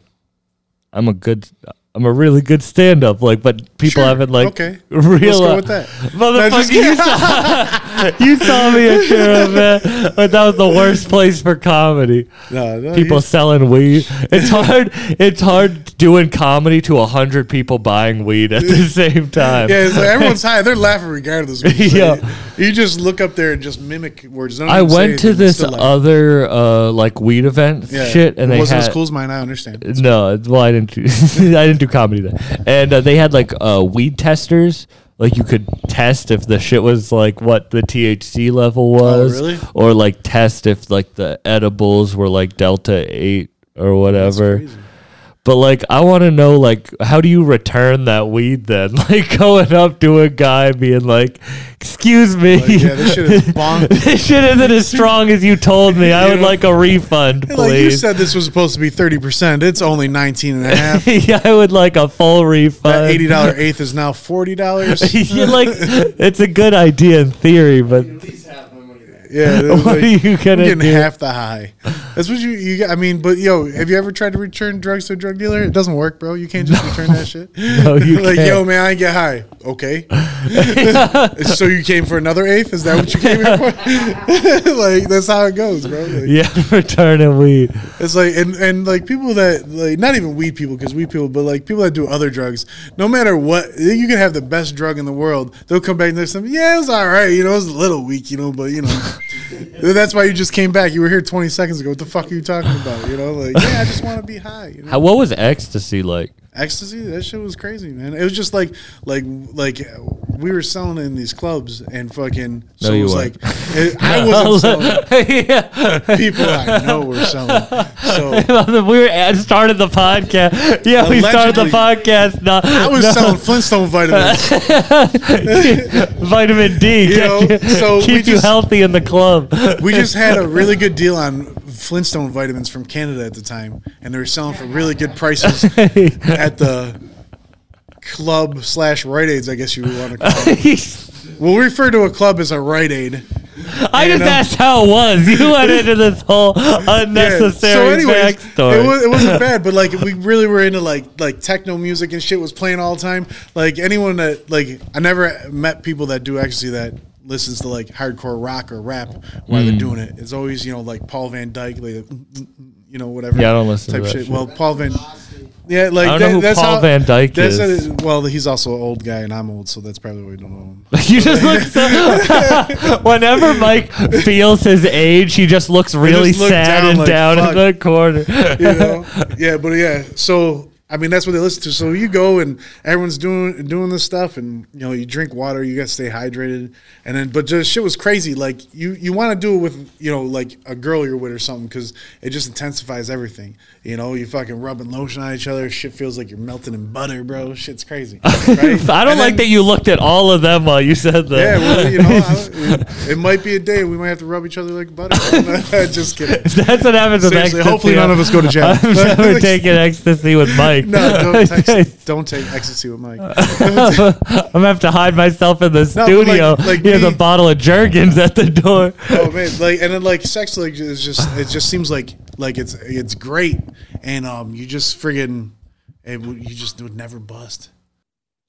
A: I'm a good. I'm a really good stand up. Like, but people
E: Sure,
A: haven't like
E: okay. Let's
A: realized.
E: go with that. No,
A: Motherfucker,
E: just
A: you saw, you saw me at Shiro, man. But that was the worst place for comedy
E: No, no,
A: people
E: you-
A: selling weed. It's hard. It's hard doing comedy to a hundred people buying weed at the same time.
E: yeah, it's like everyone's high. They're laughing regardless. Like,
A: Yeah.
E: You just look up there and just mimic words. None of
A: I
E: them say
A: went
E: anything.
A: to
E: It's
A: this
E: still like-
A: other uh, like weed event
E: Yeah.
A: shit, and
E: it
A: they
E: wasn't
A: had
E: as cool as mine. I understand.
A: no. Well, I didn't. Do, I didn't do comedy then, and uh, they had like uh, weed testers. Like you could test if the shit was like what the THC level was,
E: Oh, really?
A: or like test if like the edibles were like delta eight or whatever. But like, I want to know, like, how do you return that weed then? Like, going up to a guy being like, "Excuse me,
E: Like, yeah, this shit is bonk.
A: this shit isn't as strong as you told me. I would
E: know?
A: like a refund, please."
E: Like you said, this was supposed to be 30%. It's only 19 and a half.
A: yeah, I would like a full refund.
E: That $80 eighth is now $40.
A: You like, it's a good idea in theory, but
E: Yeah.
A: what are you
E: I'm
A: gonna
E: getting
A: do?
E: half the high. That's what you, you. get- I mean, but yo, have you ever tried to return drugs to a drug dealer? It doesn't work, bro. You can't just return that shit.
A: No, you
E: like,
A: can't.
E: yo, man, I get high. Okay. so you came for another eighth? Is that what you came here for? like, that's how it goes, bro. Like,
A: yeah, returning weed.
E: It's like, and, and like people that, like, not even weed people, because weed people, but like people that do other drugs, no matter what, you can have the best drug in the world. They'll come back and they'll say, yeah, it was all right. You know, it was a little weak, you know, but you know. That's why you just came back. You were here 20 seconds ago. What the fuck are you talking about? You know, like, yeah, I just want to be high. You know?
A: How, what was ecstasy like?
E: Ecstasy, that shit was crazy, man. It was just like, like, like we were selling in these clubs and fucking. So
A: No,
E: it
A: you
E: was
A: weren't.
E: like, it, I wasn't selling.
A: yeah.
E: People I know were selling. So
A: we were at, started the podcast. Yeah, we started the
E: Allegedly.
A: podcast. No,
E: I was selling Flintstone vitamins.
A: vitamin D.
E: You
A: get
E: know,
A: you-
E: so we
A: keep you
E: just-
A: healthy in the club.
E: we just had a really good deal on Flintstone vitamins from Canada at the time, and they were selling for really good prices at the club slash Rite Aids, I guess you would want to call it. We'll refer to a club as a Rite Aid.
A: I just
E: know.
A: asked how it was. You went into this whole unnecessary
E: anyways,
A: backstory.
E: It, was, it wasn't bad, but like we really were into like like techno music and shit was playing all the time. Like anyone that like I never met people that do actually that listens to like hardcore rock or rap while
A: Hmm.
E: they're doing it. It's always you know like Paul Van Dyke, like you know whatever.
A: Yeah, I don't listen to
E: type
A: that
E: shit.
A: shit.
E: Well, Paul Van. Yeah, like
A: I don't know who
E: that's
A: Paul
E: how-
A: Van Dyke
E: that's
A: is.
E: how- well, he's also an old guy, and I'm old, so that's probably why you don't know him.
A: you just look so. whenever Mike feels his age, he just looks really
E: just look
A: sad
E: down
A: and
E: like,
A: down
E: "Fuck."
A: in the corner.
E: you know? yeah, but yeah. So I mean, that's what they listen to. So you go and everyone's doing doing this stuff, and you know, you drink water, you got to stay hydrated, and then but just shit was crazy. Like you you want to do it with you know like a girl you're with or something because it just intensifies everything. You know, you fucking rubbing lotion on each other. Shit feels like you're melting in butter, bro. Shit's crazy. Right?
A: I don't
E: And
A: like
E: then-
A: that you looked at all of them while you said that.
E: Yeah, well, you know, I, it might be a day we might have to rub each other like butter. just kidding.
A: That's what happens with
E: Seriously,
A: ecstasy.
E: hopefully none of us go to jail.
A: I've never taken ecstasy with Mike.
E: No, don't, text, don't take ecstasy with Mike.
A: I'm gonna have to hide myself in the
E: No, but like-
A: studio.
E: like
A: Here's a
E: me-
A: bottle of Jergens at the door.
E: oh man, like and then like sex like is just it just seems like like it's it's great and um you just friggin' it, would- you just would never bust.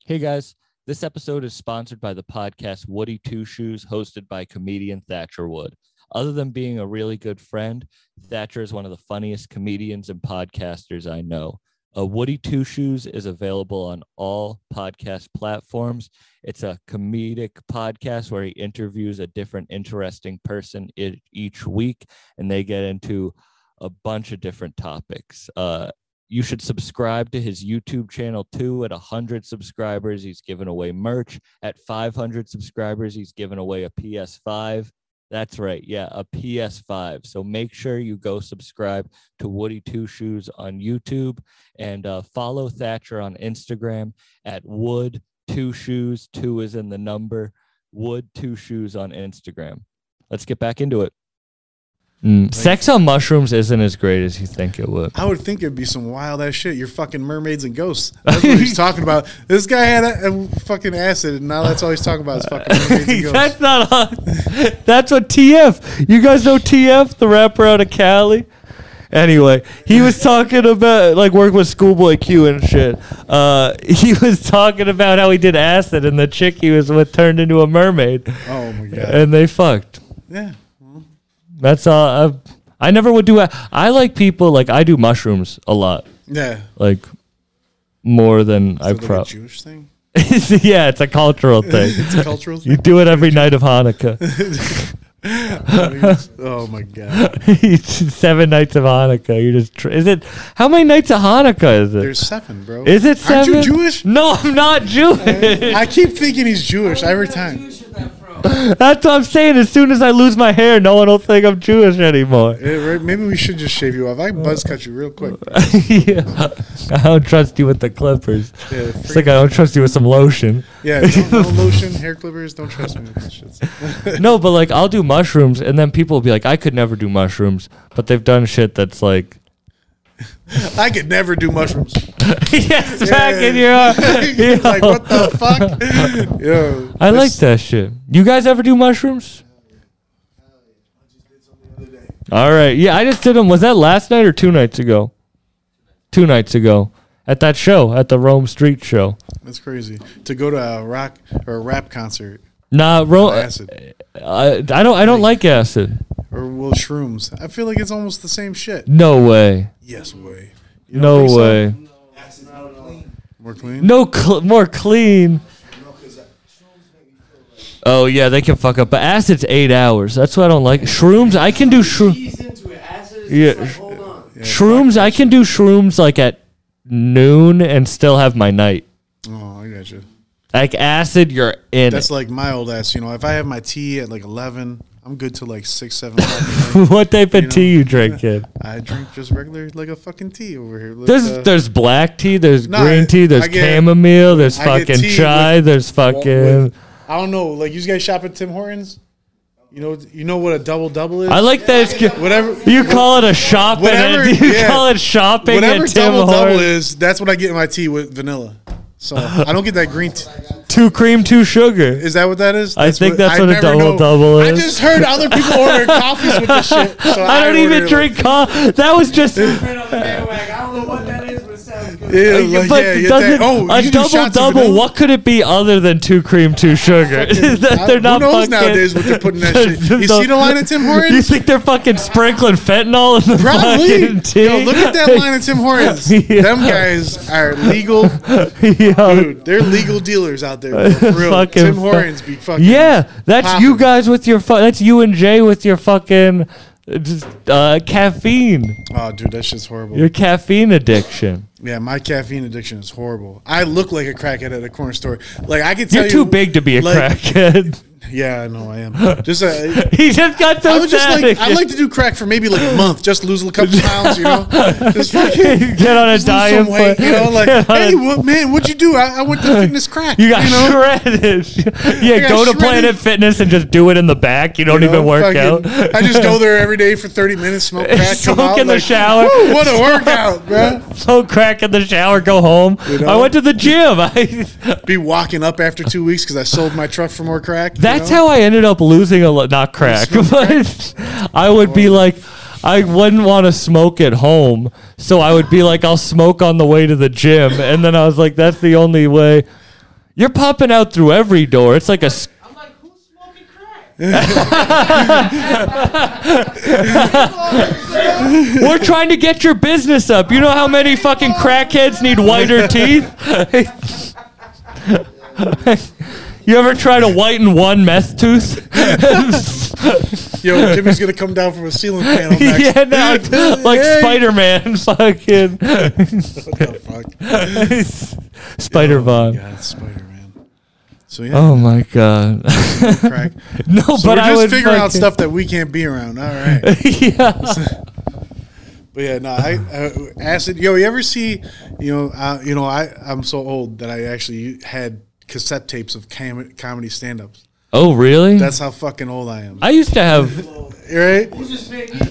H: Hey guys, this episode is sponsored by the podcast Woody Two Shoes, hosted by comedian Thatcher Wood. Other than being a really good friend, Thatcher is one of the funniest comedians and podcasters I know. Uh, Woody Two Shoes is available on all podcast platforms. It's a comedic podcast where he interviews a different interesting person e- each week, and they get into a bunch of different topics. Uh, you should subscribe to his YouTube channel too. At 100 subscribers, he's giving away merch. At 500 subscribers, he's giving away a PS5. That's right. Yeah, a PS5. So make sure you go subscribe to Woody Two Shoes on YouTube and uh, follow Thatcher on Instagram at Wood Two Shoes. Two is in the number. Wood Two Shoes on Instagram. Let's get back into it.
A: Mm, Sex on mushrooms isn't as great as you think it would.
E: I would think it'd be some wild ass shit. You're fucking mermaids and ghosts. That's what he's talking about. This guy had a, a fucking acid, and now that's all he's talking about is fucking mermaids and ghosts.
A: that's not on. That's what TF. You guys know TF, the rapper out of Cali. Anyway, he was talking about like work with Schoolboy Q and shit. Uh, he was talking about how he did acid and the chick he was with turned into a mermaid,
E: Oh my god.
A: and they fucked.
E: Yeah.
A: That's all. i I never would do. a- I like people like I do mushrooms a lot,
E: Yeah.
A: like more than I
E: Like a
A: probably.
E: Jewish thing.
A: yeah, it's a cultural thing.
E: It's a cultural.
A: You
E: Thing.
A: do it every night of Hanukkah.
E: oh my god.
A: Seven nights of Hanukkah. You're just. Tr- is it how many nights of Hanukkah is it?
E: There's seven, bro.
A: is it 7
E: Aren't you Jewish?
A: No, I'm not Jewish.
E: I keep thinking he's Jewish every time.
A: That's what I'm saying. As soon as I lose my hair, no one will think I'm Jewish anymore.
E: Yeah, right. Eh, Maybe we should just shave you off. I can buzz cut you real quick.
A: yeah. I don't trust you with the clippers.
E: Yeah,
A: It's like I don't trust you with some lotion.
E: yeah no, no lotion, hair clippers. Don't trust me with this shit.
A: no, but like I'll do mushrooms, and then people will be like, "I could never do mushrooms," but they've done shit that's like,
E: I could never do mushrooms.
A: "Yes, back in your arm."
E: like what the fuck? Yo,
A: I like
E: this-
A: that shit. You guys ever do mushrooms? All right, yeah, I just did them. Was that last night or two nights ago? Two nights ago, at that show, at the Rome Street show.
E: That's crazy to go to a rock or a rap concert
A: Nah,
E: or
A: Rome.
E: acid
A: I, I don't. I don't like acid.
E: or well shrooms. I feel like it's almost the same shit.
A: No way.
E: Yes, way
A: No
E: think so?
A: way.
E: more clean.
A: No, cl- more clean. Oh yeah, they can fuck up. But acid's eight hours. That's what I don't like. Shrooms, I can do shroom.
G: He's into it. Acid is
A: Yeah,
G: just like, hold on.
A: Shrooms, I can do shrooms like at noon and still have my night.
E: Oh, I got you.
A: Like acid, you're in.
E: That's
A: That's
E: like my old ass. You know, if I have my tea at like eleven, I'm good till like six, seven. o'clock.
A: what type of
E: know.
A: tea you drink, kid?
E: I drink just regular like a fucking tea over here. Like,
A: There's
E: uh,
A: there's black tea, there's
E: No,
A: green
E: I-
A: tea, there's
E: I get-
A: chamomile, there's
E: I get
A: fucking
E: tea
A: chai,
E: with-
A: there's fucking.
E: with- Oh, I don't know. Like you guys shop at Tim Hortons. You know, you know what a double double is.
A: I like that. It's, ca-
E: whatever.
A: you call it a shopping.
E: Whatever-
A: you
E: yeah.
A: call it shopping.
E: Whatever
A: at Tim
E: double double
A: Hortons.
E: is, that's what I get in my tea with vanilla. So I don't get that green. T-
A: two cream, two sugar.
E: Is that what that is?
A: I think that's what a
E: never
A: double
E: know.
A: double
E: I
A: is.
E: just heard other people order coffees with this shit. So
A: I don't even
E: order,
A: drink coffee. That was just.
G: Right on the bandwagon. I don't know what that is, but it sounds good.
E: Like, yeah,
A: But
E: like, yeah, yeah,
A: doesn't
E: that- oh,
A: a
E: you do
A: double
E: shots of
A: double?
E: vanilla?
A: What could it be other than two cream, two sugar? that
E: I-
A: they're not
E: Who knows
A: fucking,
E: nowadays what they're putting that shit? You
A: the-
E: see the line of Tim
A: You
E: Hortons?
A: think they're fucking sprinkling fentanyl in the
E: Probably.
A: fucking tea?
E: Yo, look at that line of Tim Hortons.
A: Yeah.
E: Them guys are legal.
A: Yo,
E: Dude, they're legal dealers out there. bro, For real.
A: Fucking
E: Tim
A: fu-
E: Hortons be fucking.
A: Yeah, that's
E: Poppin'.
A: you guys with your fu- that's you and Jay with your fucking uh, just, uh, caffeine,
E: Oh, dude, that shit's horrible.
A: your caffeine addiction.
E: yeah, my caffeine addiction is horrible. I look like a crackhead at a corner store. Like I could tell
A: You're
E: you-
A: too big to be a
E: like-
A: crackhead.
E: Yeah, I know I am. Just uh,
A: he just got so
E: I would just
A: sad.
E: like I'd like to do crack for maybe like a month, just lose a couple pounds, you know. Just fucking
A: get on a
E: just lose
A: diet.
E: some weight, you know. Like,
A: Get on
E: hey,
A: a-
E: what, man, what'd you do? I, I went to fitness crack.
A: you got
E: know?
A: shredded. yeah,
E: got
A: go to
E: shredded.
A: Planet Fitness and just do it in the back. You don't
E: You know,
A: even work
E: fucking-
A: out.
E: I just go there every day for thirty minutes, smoke crack,
A: Soak
E: come out,
A: in the
E: like,
A: shower.
E: "Woo, what a workout, bro!
A: so crack in the shower, go home.
E: know?
A: I went to the gym. I
E: Be walking up after two weeks because I sold my truck for more crack.
A: That's how I ended up losing a lot, not crack, but I would be like, I wouldn't want to smoke at home. So I would be like, I'll smoke on the way to the gym. And then I was like, that's the only way. You're popping out through every door. It's like a. s-
G: I'm like, who's smoking crack?
A: We're trying to get your business up. You know how many fucking crackheads need whiter teeth? you ever try to whiten one meth tooth?
E: you know. Yo, Jimmy's gonna come down from a ceiling panel next.
A: yeah, no, like
E: Hey.
A: Spider Man, fucking
E: What the fuck?
A: Spider Von.
E: Yeah, it's Spider Man. So yeah,
A: Oh my god!
E: crack.
A: No,
E: So
A: Oh. but
E: we're
A: I
E: just
A: would
E: figuring out
A: fucking-
E: stuff that we can't be around. All right.
A: yeah,
E: But yeah, no, I, I acid. Yo, you ever see? You know, uh, you know, I I'm so old that I actually had cassette tapes of cam- comedy stand-ups.
A: Oh really?
E: That's how fucking old I am.
A: I used to have.
E: Right?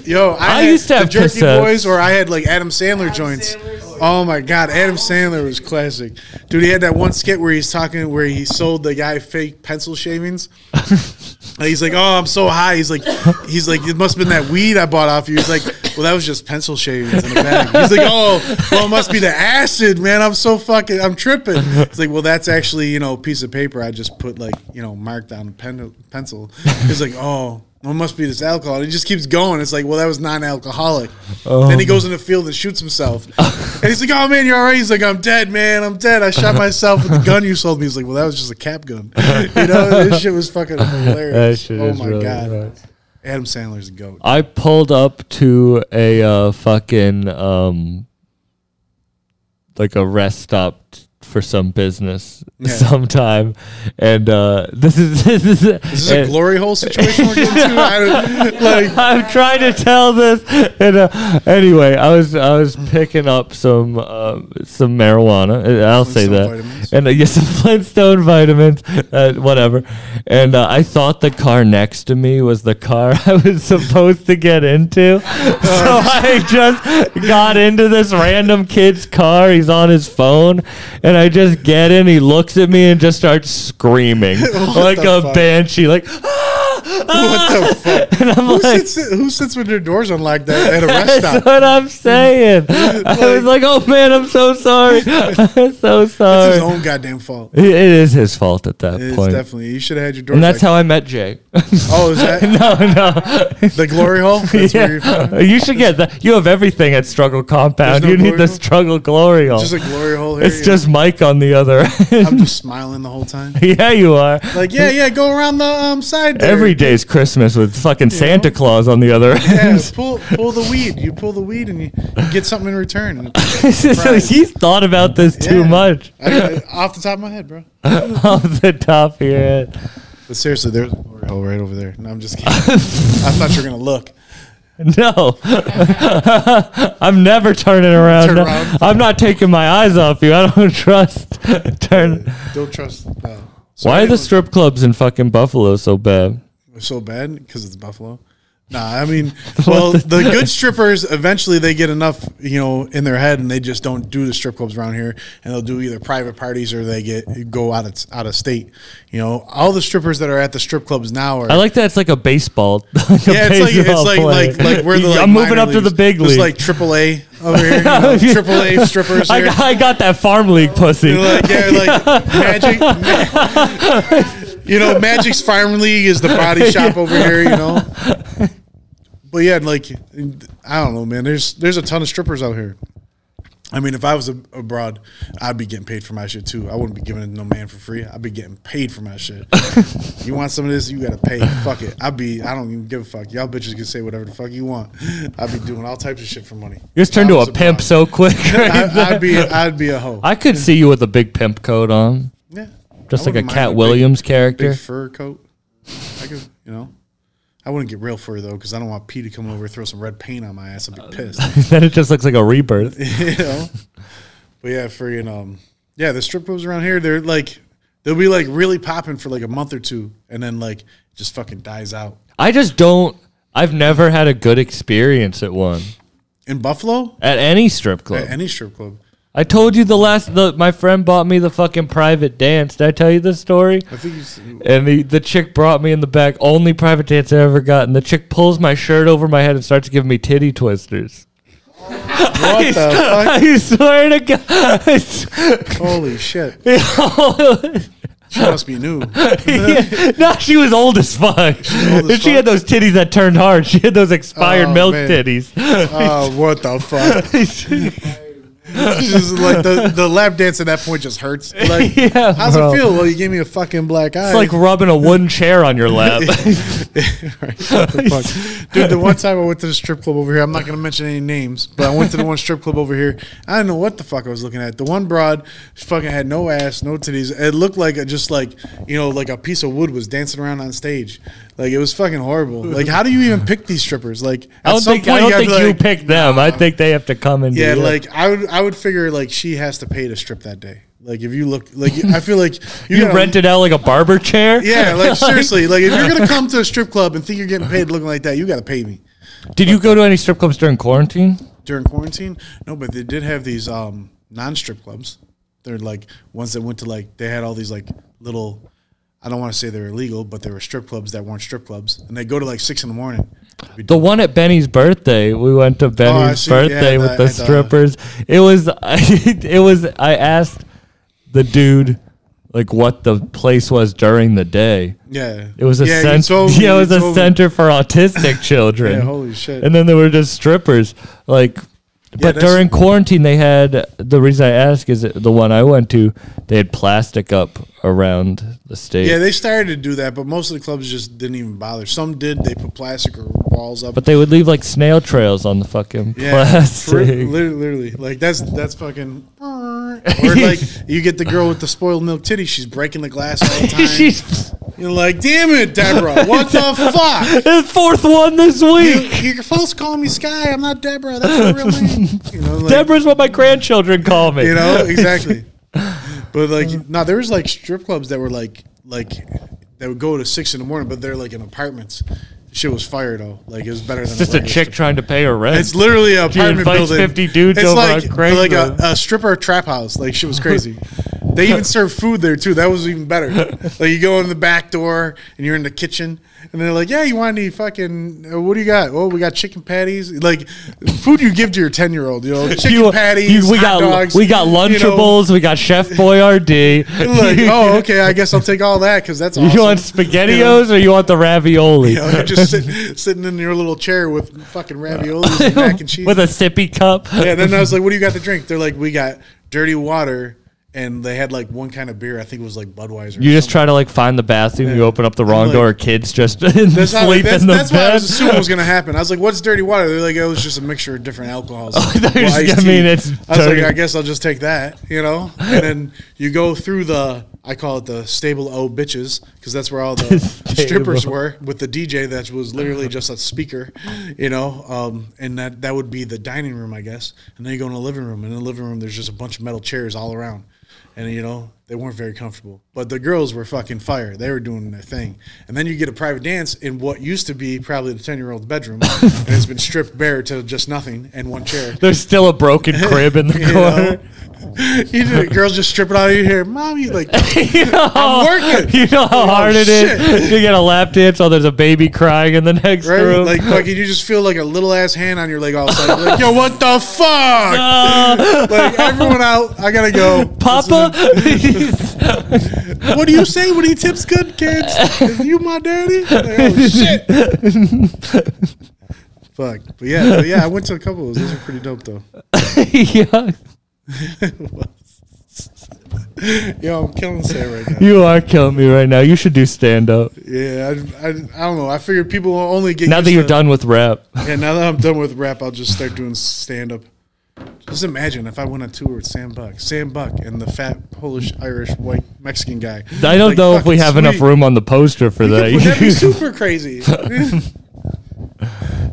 E: Yo, I,
A: I
E: had
A: used to have
E: the Jerky
A: cassettes.
E: Boys, or I had like Adam Sandler joints. Oh my god, Adam Sandler was classic, dude. He had that one skit where he's talking, where he sold the guy fake pencil shavings. And he's like, "Oh, I'm so high." He's like, "He's like, it must have been that weed I bought off you." He's like, "Well, that was just pencil shavings in a bag." He's like, "Oh, well, it must be the acid, man. I'm so fucking, I'm tripping." It's like, "Well, that's actually you know a piece of paper I just put like you know marked on a pen, pencil." He's like, "Oh." Well, it must be this alcohol. And he just keeps going. It's like, well, that was non-alcoholic. then he goes in the field and shoots himself. and he's like, oh man, you're all right. He's like, I'm dead, man. I'm dead. I shot myself with the gun you sold me. He's like, well, that was just a cap gun. you know, this shit was fucking hilarious
A: That shit
E: oh
A: is
E: my
A: really
E: god,
A: nuts.
E: Adam Sandler's a goat.
A: I pulled up to a uh, fucking um, like a rest stop t- for some business sometime, and uh, this is this is
E: Is this a glory hole situation we're getting to? I don't, like,
A: I'm trying to tell this. And uh, anyway, I was I was picking up some uh, some marijuana. Uh, I'll say
E: Flintstone
A: that.
E: vitamins.
A: And uh, yes, some Flintstone vitamins, uh, whatever. And uh, I thought the car next to me was the car I was supposed to get into. so I just got into this random kid's car. He's on his phone, and I just get in. He looks at me and just starts screaming like
E: the
A: a
E: fuck?
A: banshee, like.
E: what the fuck?
A: And I'm
E: Who
A: like,
E: sits, who sits with their doors unlocked at, at a rest
A: That's
E: stop?
A: what I'm saying. I was like, oh man, I'm so sorry. I'm so
E: It's his
A: sorry.
E: own goddamn fault.
A: It it is his fault at that
E: It's
A: point.
E: definitely you should have had your doors.
A: And that's
E: like,
A: how I met Jay.
E: Oh, is that
A: no, no.
E: the glory hole? That's where you
A: Yeah. You should get that. You have everything at Struggle Compound.
E: There's no
A: you need
E: glory
A: the
E: hole?
A: Struggle Glory Hole.
E: Just a glory hole here.
A: it's just Mike on the other
E: I'm
A: end.
E: just smiling the whole time.
A: yeah, you are.
E: Like yeah, yeah, go around the um, side. There.
A: Every day's Christmas with fucking Santa Claus on the other
E: Yeah,
A: end.
E: pull pull the weed. You pull the weed and you get something in return.
A: so he's thought about this too
E: Yeah.
A: much
E: I- I- off the top of my head, bro.
A: off the top of your head.
E: But seriously, there's a glory hole right over there. No, I'm just kidding. I thought you were gonna look.
A: No, I'm never turning around.
E: Turn
A: No.
E: around.
A: I'm not taking my eyes off you. I don't trust. Turn.
E: Don't trust. No.
A: Why are the
E: anyway-
A: strip clubs in fucking Buffalo so bad?
E: so bad because it's Buffalo. Nah, I mean, well, the good strippers eventually they get enough, you know, in their head, and they just don't do the strip clubs around here, and they'll do either private parties or they get go out of out of state. You know, all the strippers that are at the strip clubs now are
A: I like that it's like a baseball. like a
E: yeah, it's like it's
A: baseball
E: like
A: player.
E: like like we're the like,
A: I'm moving
E: minor
A: up to the
E: leagues.
A: big
E: It's
A: league.
E: like AAA over here, you know, AAA strippers.
A: I
E: here.
A: got, I got that farm league pussy.
E: They're like, yeah, like magic. you know, Magic's Farm League is the body shop over here. You know, but yeah, like I don't know, man. There's there's a ton of strippers out here. I mean, if I was ab- abroad, I'd be getting paid for my shit too. I wouldn't be giving it no man for free. I'd be getting paid for my shit. you want some of this? You gotta pay. Fuck it. I'd be. I don't even give a fuck. Y'all bitches can say whatever the fuck you want. I'd be doing all types of shit for money.
A: You just turned
E: If
A: to
E: I was
A: a pimp
E: abroad.
A: so quick. right
E: I,
A: there.
E: I'd be. I'd be a hoe.
A: I could see you with a big pimp coat on,
E: yeah.
A: just
E: I
A: like a
E: wouldn't mind
A: Cat
E: big-
A: Williams character.
E: big fur coat. I could, you know, I wouldn't get real fur though because I don't want P to come over and throw some red paint on my ass. I'd be pissed,
A: then it just looks like a rebirth.
E: you know. But yeah, for you know, yeah, the strip clubs around here, they're like, they'll be like really popping for like a month or two, and then like it just fucking dies out.
A: I just don't. I've never had a good experience at one
E: In Buffalo,
A: at any strip club.
E: at any strip club,
A: I told you the last. The, my friend bought me the fucking private dance. Did I tell you this story?
E: I think you. s-
A: And the, the chick brought me in the back, only private dance I ever gotten. The chick pulls my shirt over my head and starts giving me titty twisters.
E: What the fuck?
A: I swear to God. It's-
E: Holy shit! She must be new.
A: no, she was old as fuck.
E: old as
A: And she had
E: fuck?
A: those titties that turned hard. She had those expired
E: Oh,
A: milk
E: man.
A: titties.
E: Oh, what the fuck? It's just like the, the lap dance at that point just hurts. Like,
A: Yeah,
E: how's
A: bro.
E: it feel? Well, you gave me a fucking black eye.
A: It's like rubbing a wooden chair on your lap.
E: Fuck. Dude, the one time I went to the strip club over here, I'm not going to mention any names, but I went to the one strip club over here. I don't know what the fuck I was looking at. The one broad fucking had no ass, no titties. It looked like a, just like, you know, like a piece of wood was dancing around on stage. Like, it was fucking horrible. Like, how do you even pick these strippers? Like,
A: I don't think, I don't think you pick them. I think they have to come and
E: Yeah,
A: do it.
E: like, I would, I would figure, like, she has to pay to strip that day. Like, if you look, like, I feel like
A: you
E: gotta-
A: rented out like a barber chair.
E: Yeah, like, seriously, like, if you're going to come to a strip club and think you're getting paid looking like that, you got to pay me.
A: Did you go to any strip clubs during quarantine?
E: during quarantine. No, but they did have these um, non-strip clubs. They're like ones that went to like they had all these like little. I don't want to say they're illegal, but they were strip clubs that weren't strip clubs, and they go to like six in the morning.
A: The one at Benny's birthday, we went to Benny's
E: Oh, see, yeah,
A: birthday with
E: the-
A: the
E: at the-
A: strippers. It was, it was. I asked the dude like what the place was during the day.
E: Yeah,
A: It was a
E: yeah, you
A: cent-
E: told me,
A: yeah, it
E: you
A: was a
E: told me.
A: center for autistic children.
E: Yeah, holy shit.
A: And then there were just strippers, like. But
E: that's-
A: during quarantine, they had the reason I ask is that the one I went to, they had plastic up around the stage.
E: Yeah, they started to do that, but most of the clubs just didn't even bother. Some did; they put plastic or walls up.
A: but they would leave like snail trails on the fucking
E: for
A: plastic.
E: real, literally, literally, like that's that's fucking. Or like you get the girl with the spoiled milk titty; she's breaking the glass all the time.
A: She's
E: You're like, damn it, Deborah, what the fuck?
A: the fourth one this week.
E: you, you're supposed to call me Sky. I'm not Deborah. That's my real name. You know, like,
A: Deborah's what my grandchildren call me.
E: You know exactly. But like,
A: Uh.
E: no, there was like strip clubs that were like like that would go to six in the morning, but they're like in apartments. Shit was fire though. Like it was better than
A: it's just a
E: regular
A: chick
E: strip-
A: trying to pay her rent.
E: It's literally an apartment
A: invites
E: building.
A: 50 dudes
E: it's
A: over
E: like
A: on Craigslist.
E: like a, a stripper trap house. Like shit was crazy. they even serve food there too. That was even better. like you go in the back door and you're in the kitchen, and they're like, "Yeah, you want any fucking? uh, What do you got? Oh, we got chicken patties. Like food you give to your ten year old. You know, chicken
A: You-
E: patties.
A: you- we got
E: hot dogs,
A: we got
E: you know.
A: Lunchables. we got Chef Boyardee.
E: like, oh, okay. I guess I'll take all that because that's awesome.
A: You want SpaghettiOs or you want the ravioli
E: You know, you're just sit, sitting in your little chair with fucking ravioli and mac and cheese.
A: with a sippy cup?
E: Yeah, then I was like, "What do you got to drink?" They're like, "We got dirty water," and they had like one kind of beer. I think it was like Budweiser. or
A: You just
E: something.
A: try to like find the bathroom. You open up the wrong
E: like-
A: door. Kids just sleep
E: That's, how, like, that's,
A: in the
E: that's what I was assuming was
A: bed.
E: going to happen. I was like, "What's dirty water?" They're like, "It was just a mixture of different alcohols."
A: thought you
E: Well,
A: were
E: iced
A: just gonna
E: tea.
A: mean it's
E: I was
A: dirty.
E: like, "I guess I'll just take that," you know. And then you go through the, I call it the stable O bitches, because that's where all the strippers
A: Stable.
E: were with the DJ that was literally just a speaker, you know. Um, and that that would be the dining room, I guess. And then you go in the living room, and in the living room there's just a bunch of metal chairs all around, and you know. They weren't very comfortable, but the girls were fucking fire. They were doing their thing, and then you get a private dance in what used to be probably the ten-year-old's bedroom, and it's been stripped bare to just nothing and one chair.
A: There's still a broken crib in the
E: You
A: corner.
E: know? you do, girls just stripping out of your hair, mommy. Like
A: You know,
E: I'm working.
A: You know how
E: Oh,
A: hard it is.
E: shit.
A: You get a lap dance while there's a baby crying in the next
E: Right?
A: room.
E: Like fucking, you just feel like a little ass hand on your leg all of a sudden. You're Like, yo, what the fuck?
A: Uh,
E: Like everyone out, I gotta go.
A: Papa,
E: What do you say when he tips good, kids? Is you my daddy? Like, oh shit. Fuck. But yeah, but yeah, I went to a couple of those. Those are pretty dope though.
A: Yeah,
E: Yo, I'm killing Sam right now.
A: you are killing me right now. You should do stand up
E: Yeah, I, I, I don't know. I figured people will only get
A: now
E: used
A: that you're
E: to-
A: done with rap.
E: Yeah, now that I'm done with rap, I'll just start doing stand up. Just imagine if I went on tour with Sam Buck, Sam Buck, and the fat Polish, Irish, white Mexican guy.
A: I don't
E: Like,
A: know if we
E: fucking
A: have enough
E: sweet.
A: room on the poster for
E: Yeah,
A: that.
E: but That'd be super crazy.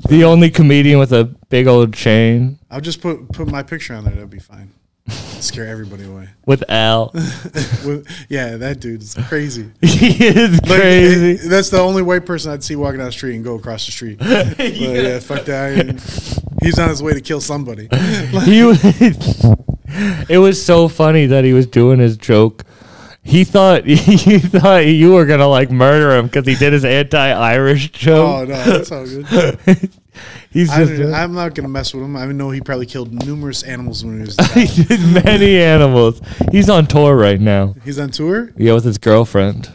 A: the only comedian with a big old chain
E: I'll just put put my picture on there. That'd be fine. Scare everybody away.
A: with Al.
E: With- yeah, that dude is crazy.
A: he is
E: Like,
A: crazy.
E: it- that's the only white person I'd see walking down the street and go across the street. Like, yeah. fuck that. I ain't- He's on his way to kill somebody.
A: he was, it was so funny that he was doing his joke. He thought he thought you were gonna like murder him because he did his anti-Irish
E: oh no,
A: joke.
E: that's all good.
A: He's
E: I
A: just
E: don't, I'm not gonna mess with him. I know he probably killed numerous animals when he was.
A: he did many animals. He's on tour right now.
E: He's on tour. Oh.
A: Yeah, with his girlfriend.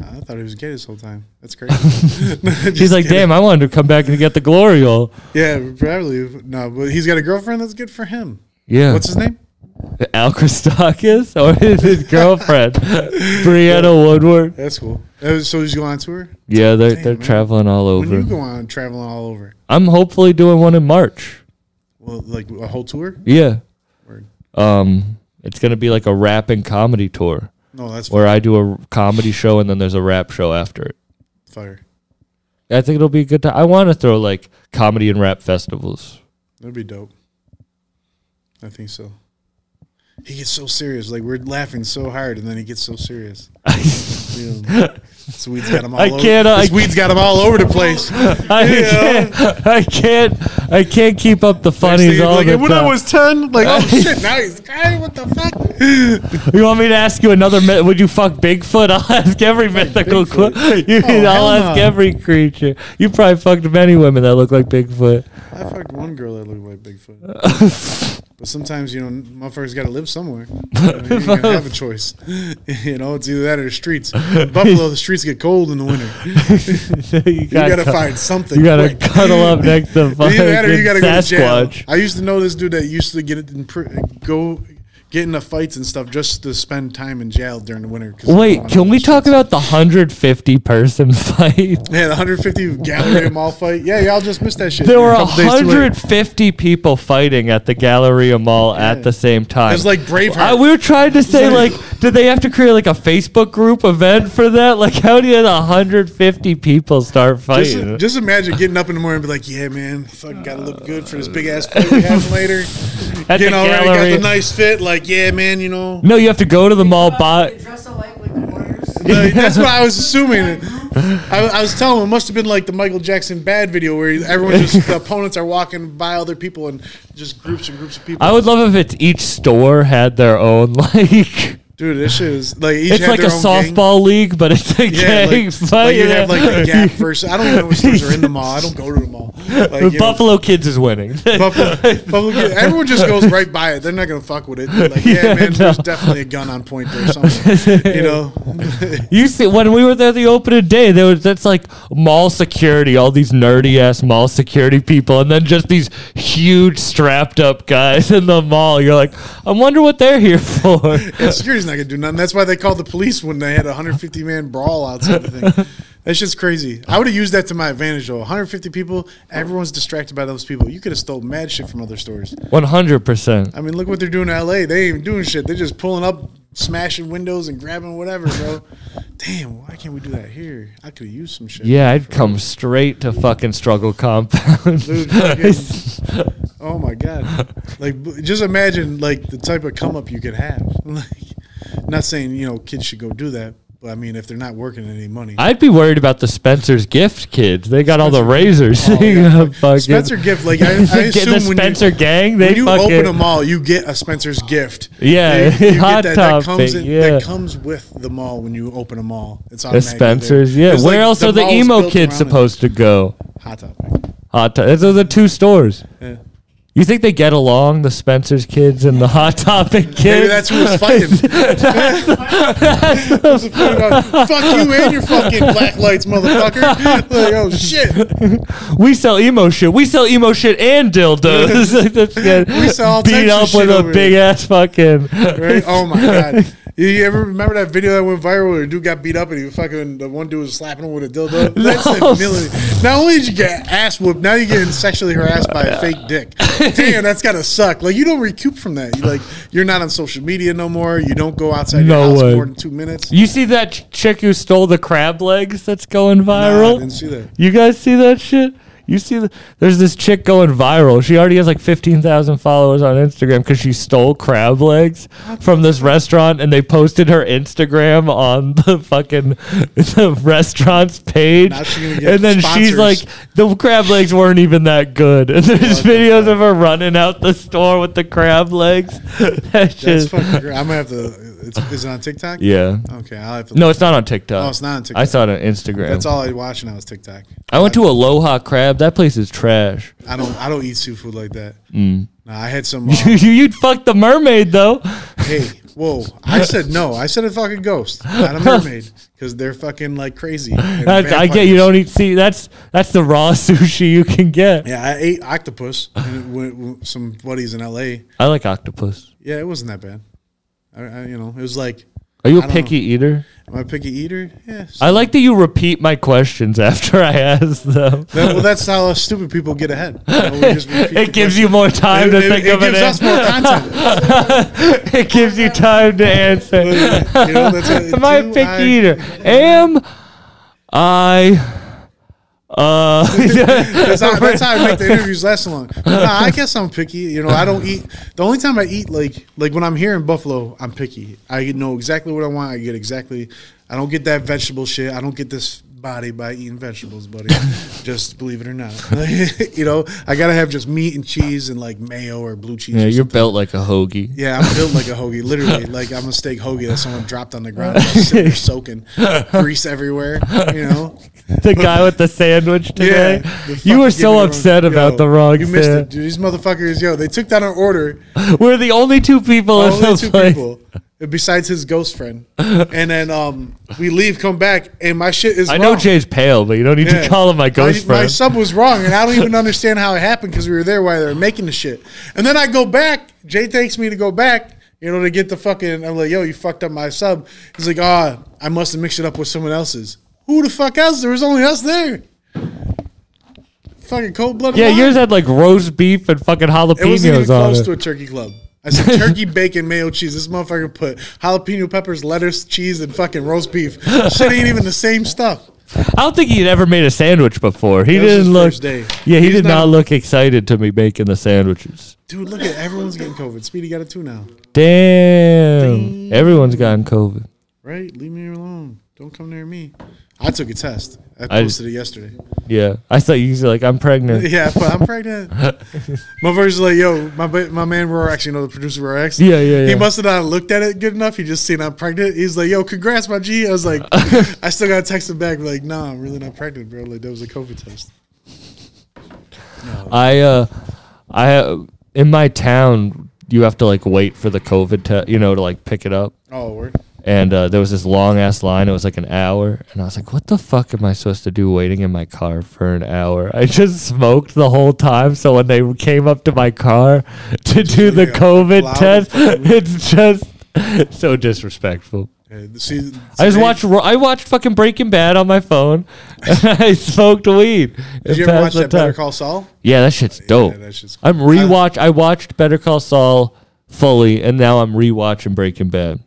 E: I thought he was gay this whole time. That's crazy. Just
A: She's like,
E: kidding.
A: damn, I wanted to come back and get the glory hole.
E: Yeah, probably no. But he's got a girlfriend. That's good for him.
A: Yeah,
E: What's his name?
A: Al Christakis or is his girlfriend Brianna Woodward?
E: That's cool. Uh, so he's going on tour.
A: Yeah, they're they're
E: man.
A: traveling all
E: When you
A: over.
E: go on traveling all over,
A: I'm hopefully doing one in March.
E: well, like a whole tour.
A: Yeah.
E: Word.
A: Um, it's gonna be like a rap and comedy tour
E: No, that's
A: where I do a comedy show and then there's a rap show after it.
E: fire.
A: I think it'll be a good time. I want to throw like comedy and rap festivals.
E: That'd be dope. I think so. He gets so serious. Like we're laughing so hard, and then he gets so serious. You know, this weed's got him all.
A: I
E: over.
A: can't, uh,
E: this
A: I
E: weed's got him all over the place.
A: I
E: Yeah.
A: can't, I can't, I can't keep up the funnies all
E: like,
A: the
E: when I
A: time.
E: was ten, like oh shit, now he's guy. What the fuck?
A: you want me to ask you another? myth? would you fuck Bigfoot? I'll ask every mythical. cl- you,
E: Oh,
A: I'll
E: hell
A: ask
E: no.
A: every creature. You probably fucked many women that look like Bigfoot.
E: I fucked one girl that looked like Bigfoot. but sometimes, you know, motherfuckers got to live somewhere. You, know, you ain't gonna have a choice. you know, it's either that or the streets. In Buffalo, the streets get cold in the winter.
A: you
E: You gotta
A: cut-
E: find something.
A: You gotta
E: quick.
A: cuddle up next to fucking
E: Either that or you gotta go to jail.
A: Sasquatch.
E: I used to know this dude that used to get it in pr- go get into fights and stuff just to spend time in jail during the winter. 'cause he
A: Wait,
E: wanted
A: can we
E: to-
A: talk about the 150 person fight?
E: Yeah, the 150 gallery mall fight. Yeah, y'all just missed that shit.
A: There were
E: You're a couple days too late.
A: 150 people fighting at the Galleria Mall at the same time.
E: It was like Braveheart.
A: I, we were trying to say like, did they have to create like a Facebook group event for that? Like, how did 150 people start fighting?
E: Just, just imagine getting up in the morning and be like, yeah, man, fucking gotta look good for this big ass fight we have later.
A: at the
E: Getting all right, got
A: gallery.
E: the nice fit. Like, yeah, man, you know.
A: no, you have to go to the mall. Buy.
G: They dress alike like the Warriors.
E: Like, that's what I was assuming. I, I was telling him it must have been like the Michael Jackson Bad video where everyone just, the opponents are walking by other people and just groups and groups of people.
A: I would love if it's each store had their own like.
E: Dude, this shit is like each
A: It's
E: had
A: like a
E: their own gang.
A: softball league, but it's a
E: Yeah,
A: gang
E: like,
A: fight.
E: like you
A: yeah.
E: have like the Gap versus. I don't even know which stores are in the mall. I don't go to the mall. Like, you know,
A: Buffalo Kids is winning.
E: Buffalo, Buffalo Kid- everyone just goes right by it. They're not gonna fuck with it. They're like, yeah,
A: Yeah,
E: man,
A: no.
E: there's definitely a gun on point there. Somewhere. you know,
A: You see, when we were there the opening day, there was that's like mall security, all these nerdy ass mall security people, and then just these huge strapped up guys in the mall. You're like, I wonder what they're here for.
E: yeah, security's not gonna do nothing. That's why they called the police when they had a 150 man brawl outside the thing. That's just crazy. I would have used that to my advantage though. 150 people, everyone's distracted by those people. You could have stole mad shit from other stores.
A: One hundred percent.
E: I mean, look what they're doing in LA. They ain't even doing shit. They're just pulling up, smashing windows, and grabbing whatever, bro. Damn, why can't we do that here? I could have used some shit.
A: Yeah, I'd come straight to fucking struggle compound.
E: Dude, fucking- oh my god! Like, b- just imagine like the type of come up you could have. Like, not saying you know kids should go do that, but I mean if they're not working any money,
A: I'd be worried about the Spencer's gift kids. They got all the razors. They got fucking-
E: Oh, Spencer gift. Like I, I
A: Get
E: assume
A: the
E: when
A: Spencer
E: you,
A: gang. They
E: when you
A: fucking,
E: open a mall, you get a Spencer's gift.
A: Yeah,
E: You- you get
A: Hot Topic,
E: comes
A: yeah.
E: that comes with the mall when you open a mall. It's
A: the
E: automatic.
A: Spencer's. Yeah, where else are the emo kids supposed to go?
E: Hot Topic.
A: Hot Topic. Those are the two stores.
E: Yeah.
A: You think they get along, the Spencer's kids and the Hot Topic kids?
E: Maybe that's who was fighting. Fuck you and your fucking black lights, motherfucker. Like, oh shit.
A: we sell emo shit. We sell emo shit and dildos. Let's get
E: We sell all
A: beat
E: types of
A: up with
E: shit
A: a
E: over
A: big ass fucking.
E: Right? Oh my god. You- You ever remember that video that went viral where a dude got beat up and he fucking the one dude was slapping him with a dildo? That's
A: No.
E: humility. Not only did you get ass whooped, now you're getting sexually harassed by a fake dick. Damn, that's gotta suck. Like you don't recoup from that. You like you're not on social media no more. You don't go outside
A: No
E: your house
A: way.
E: more than two minutes.
A: You see that ch- chick who stole the crab legs that's going
E: Nah, I
A: viral?
E: didn't see that.
A: You guys see that shit? You see, the, there's this chick going viral. She already has like 15,000 followers on Instagram because she stole crab legs from this restaurant and they posted her Instagram on the fucking the restaurant's page.
E: Now she's gonna get
A: and then she's
E: sponsors.
A: like, the crab legs weren't even that good. And there's videos of her running out the store with the crab legs. That's
E: That's
A: just,
E: fucking great. I'm gonna have to it's, is it on TikTok?
A: yeah.
E: Okay, I'll have to
A: No, it's not on TikTok.
E: Oh, it's not on
A: I
E: TikTok.
A: saw it on Instagram.
E: That's all I watch now is TikTok.
A: I went to Aloha Crab. That place is trash.
E: I don't I don't eat seafood like that.
A: Mm.
E: Nah, I had some uh,
A: You- You'd fuck the mermaid though.
E: hey, whoa! I said no. I said a fucking ghost, not a mermaid, because they're fucking like crazy. and
A: That's, I get you
E: vampires.
A: don't e- eat. See, that's that's the raw sushi you can get.
E: Yeah, I ate octopus and went with some buddies in L.A.
A: I like octopus.
E: Yeah, it wasn't that bad. I, I, you know, it was like,
A: Are you a
E: I don't
A: picky eater?
E: am I a picky eater? Yeah.
A: I like that you repeat my questions after I ask them.
E: That- well, that's how us stupid people get ahead. You know, we just repeat the
A: It gives
E: question.
A: you more time to
E: It- it-
A: think
E: it
A: of it.
E: gives us more content.
A: It gives you time to answer.
E: You know, that's a-
A: Am I a
E: do
A: picky
E: I-
A: eater? Am I? Uh,
E: That's how, that's how I make the interviews last so long. But nah, I guess I'm picky. You know, I don't eat. The only time I eat, like, like when I'm here in Buffalo, I'm picky. I know exactly what I want. I get exactly. I don't get that vegetable shit. I don't get this body by eating vegetables, buddy. just believe it or not. you know, I gotta have just meat and cheese and like mayo or blue cheese.
A: yeah,
E: or
A: you're
E: something.
A: built like a hoagie.
E: Yeah, I'm built like a hoagie. Literally, like I'm a steak hoagie that someone dropped on the ground, I'm just sitting there soaking, grease everywhere. You know,
A: The guy with the sandwich today.
E: the
A: you were
E: fucking
A: so
E: giving it
A: upset
E: wrong-
A: about
E: Yo,
A: the wrong
E: You missed it,
A: sandwich.
E: dude. These motherfuckers, yo, they took that on order.
A: We're the only two people in
E: Only
A: the
E: two
A: place.
E: people, besides his ghost friend. And then um, we leave, come back, and my shit is.
A: I know
E: wrong.
A: Jay's pale, but you don't need
E: Yeah.
A: to call him my ghost
E: my, my
A: friend.
E: sub was wrong, and I don't even understand how it happened because we were there while they were making the shit. And then I go back. Jay takes me to go back, you know, to get the fucking. I'm like, yo, you fucked up my sub. He's like, ah, I must have mixed it up with someone else's. Who the fuck else? There was only us there. Fucking cold blooded.
A: yeah, yours had like roast beef and fucking
E: It wasn't even
A: jalapenos on
E: close
A: it.
E: to a turkey club. I said turkey, bacon, mayo, cheese. This motherfucker put jalapeno peppers, lettuce, cheese, and fucking roast beef. Shit ain't even the same stuff.
A: I don't think he'd ever made a sandwich before. He
E: That was his
A: didn't look.
E: first day.
A: Yeah, he
E: He's
A: did
E: not-
A: not look excited to me making the sandwiches.
E: Dude, look at everyone's getting COVID. Speedy got it too now,
A: Damn, everyone's gotten COVID.
E: right? Leave me alone. Don't come near me. I took a test. I
A: I-
E: posted it yesterday.
A: Yeah, I thought you were like, I'm pregnant.
E: Yeah, but I'm pregnant. my version's like, yo, my ba- my man Rorax, you know the producer Rorax.
A: Yeah, yeah, yeah.
E: He must have not looked at it good enough. He just seen I'm pregnant. He's like, yo, congrats, my G. I was like, I still got to text him back. Like, nah, I'm really not pregnant, bro. Like, that was a COVID test.
A: I uh, I uh, in my town, you have to like wait for the COVID test, you know, to like pick it up.
E: Oh, word.
A: and uh, there was this long ass line. It was like an hour, and I was like, "What the fuck am I supposed to do waiting in my car for an hour?" I just smoked the whole time. So when they came up to my car to do the
E: yeah,
A: COVID
E: loud
A: test,
E: fucking-
A: it's just so disrespectful.
E: Yeah, see,
A: I just
E: today-
A: watched. Ro- I watched fucking Breaking Bad on my phone, and I smoked weed.
E: Did you ever watch that Better Call Saul?
A: Yeah, that shit's dope.
E: that shit's
A: I'm rewatch. I watched Better Call Saul fully, and now I'm rewatching Breaking Bad.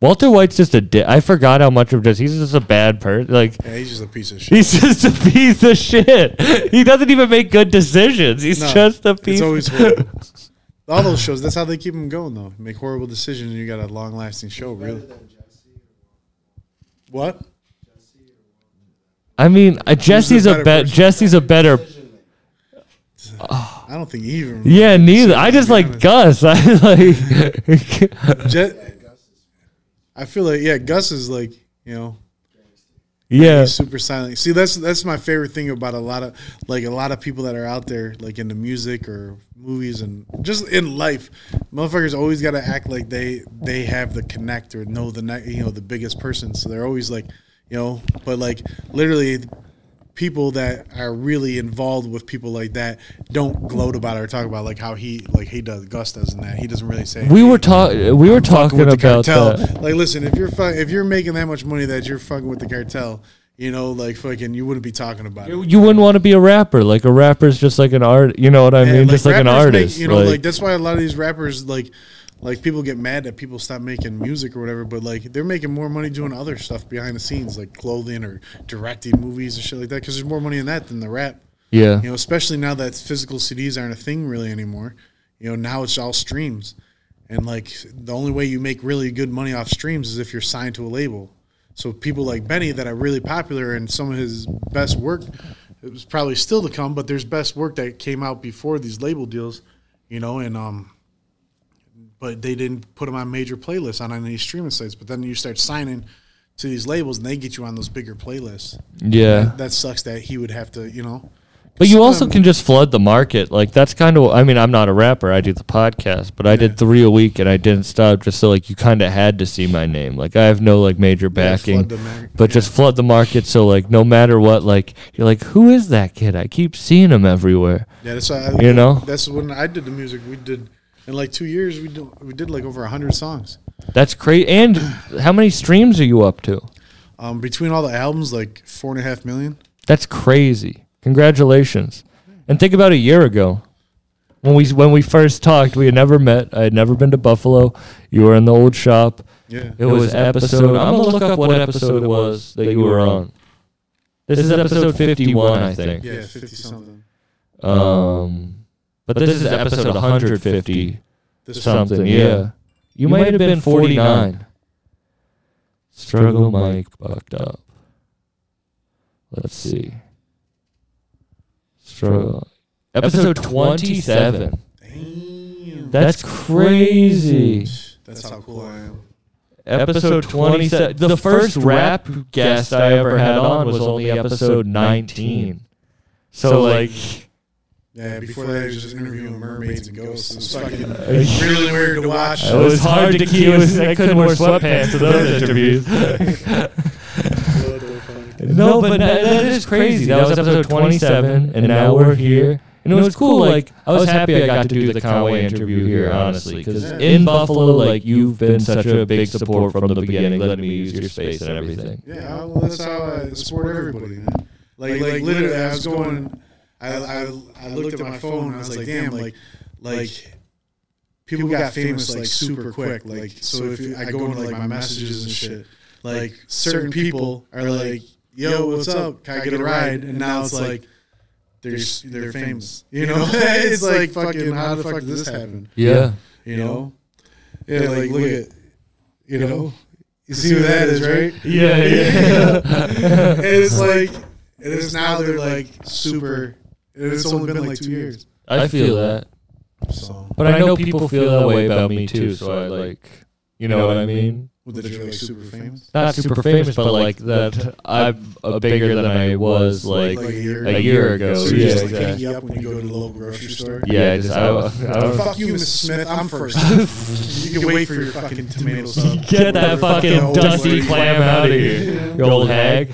A: Walter White's just a dick. I forgot how much of this. He's just a bad person. Like
E: Yeah, he's just a piece of shit.
A: he's just a piece of shit. He doesn't even make good decisions. He's
E: No,
A: just a piece.
E: It's always horrible. All those shows, that's how they keep them going, though. Make horrible decisions, and you got a long lasting show, really. What?
A: I mean, uh, Jesse's a
E: better
A: bet.
E: person?
A: Jesse's a better.
E: I don't think even.
A: Yeah, neither. I just like Gus. I like.
E: Jet, I feel like yeah, Gus is like you know
A: yeah.
E: he's super silent. See, that's that's my favorite thing about a lot of like a lot of people that are out there like into music or movies and just in life, motherfuckers always got to act like they they have the connect or know the ne- you know the biggest person. So they're always like you know, but like literally. People that are really involved with people like that don't gloat about it or talk about like how he like he does Gus does and that he doesn't really say
A: We were talking. We were
E: fucking
A: talking
E: with
A: about
E: the cartel.
A: that.
E: Like, listen, if you're fu- if you're making that much money that you're fucking with the cartel, you know, like fucking, you wouldn't be talking about it.
A: You- You wouldn't want to be a rapper. Like a rapper's just like an art. You know what I
E: And,
A: mean? just like an
E: rappers make-
A: artist.
E: you know, like,
A: like,
E: that's why a lot of these rappers like. Like people get mad that people stop making music or whatever, but like they're making more money doing other stuff behind the scenes, like clothing or directing movies and shit like that. Because there's more money in that than the rap.
A: yeah.
E: You know, especially now that physical CDs aren't a thing really anymore. You know, now it's all streams. And like the only way you make really good money off streams is if you're signed to a label. So people like Benny that are really popular and some of his best work it was probably still to come, but there's best work that came out before these label deals, you know, and um but they didn't put them on major playlists on any streaming sites. But then you start signing to these labels and they get you on those bigger playlists.
A: yeah.
E: That sucks that he would have to, you know.
A: But you also
E: Um,
A: can just flood the market. Like that's kind of. I mean, I'm not a rapper. I do the podcast, but I did three a week, and I didn't stop. Just so like you kind of had to see my name. Like I have no like major backing,
E: flood the mar-
A: but just flood the market. So like no matter what, like you're like, who is that kid? I keep seeing him everywhere.
E: Yeah, that's why I,
A: You know?
E: That's when I did the music. We did in like two years. We did, we did like over hundred songs.
A: That's crazy. And how many streams are you up to?
E: Um, between all the albums, like four and a half million.
A: That's crazy. Congratulations. And think about a year ago. When we when we first talked, we had never met. I had never been to Buffalo. You were in the old shop.
E: Yeah,
A: It was episode. I'm gonna look up what episode it was that you were on. This is episode 51, I think.
E: yeah, fifty something.
A: Um, but this is episode 150
E: This
A: something. Yeah, you might have been 49. Struggle, Mike, bucked up. Let's see. Struggle. Episode 27. Damn. That's crazy.
E: That's, how cool I am.
A: Episode 27. The first rap guest I ever had on was only episode 19. So, like,
E: Yeah, before that, I was just interviewing mermaids and ghosts. It was fucking
A: it
E: really weird to watch.
A: was hard to keep. it was- I couldn't wear sweatpants to those interviews. No, but that, that is crazy. That was episode 27, and now we're here. And it was cool. Like, I was happy I got to do the Conway interview here, honestly, because in Buffalo, like, you've been such a big support from the beginning, letting me use your space and everything.
E: Yeah, well, that's how I support everybody. Man. Like, like literally, I was going. I, I, I looked at my phone and I was like, damn, like, like people got famous like super quick. Like, so if you, I go into like my messages and shit, like certain people are like, yo, what's up? Can I get a ride? And now it's like. They're, s- they're famous, you know. it's like fucking how the fuck did this happen,
A: Yeah.
E: you know? Yeah, like look at, you know, you see who that is, right?
A: Yeah,
E: And it's like it is now they're like super and it's only been like two years
A: I feel that.
E: so
A: But I know people feel that way about me, too, so I, like, you know what I mean?
E: well, that you're like super famous
A: not super famous, but like that I'm a bigger than I was like
E: like a year
A: a year ago.
E: so
A: Oh,
E: you're
A: yeah,
E: just like
A: exactly.
E: hitting you up when you go to the local grocery store
A: Yeah, just I, I was-
E: fuck you Mrs. Smith I'm first you can wait for your fucking tomato sub
A: get that fucking
E: old
A: dusty
E: lady.
A: clam out of here, you old hag.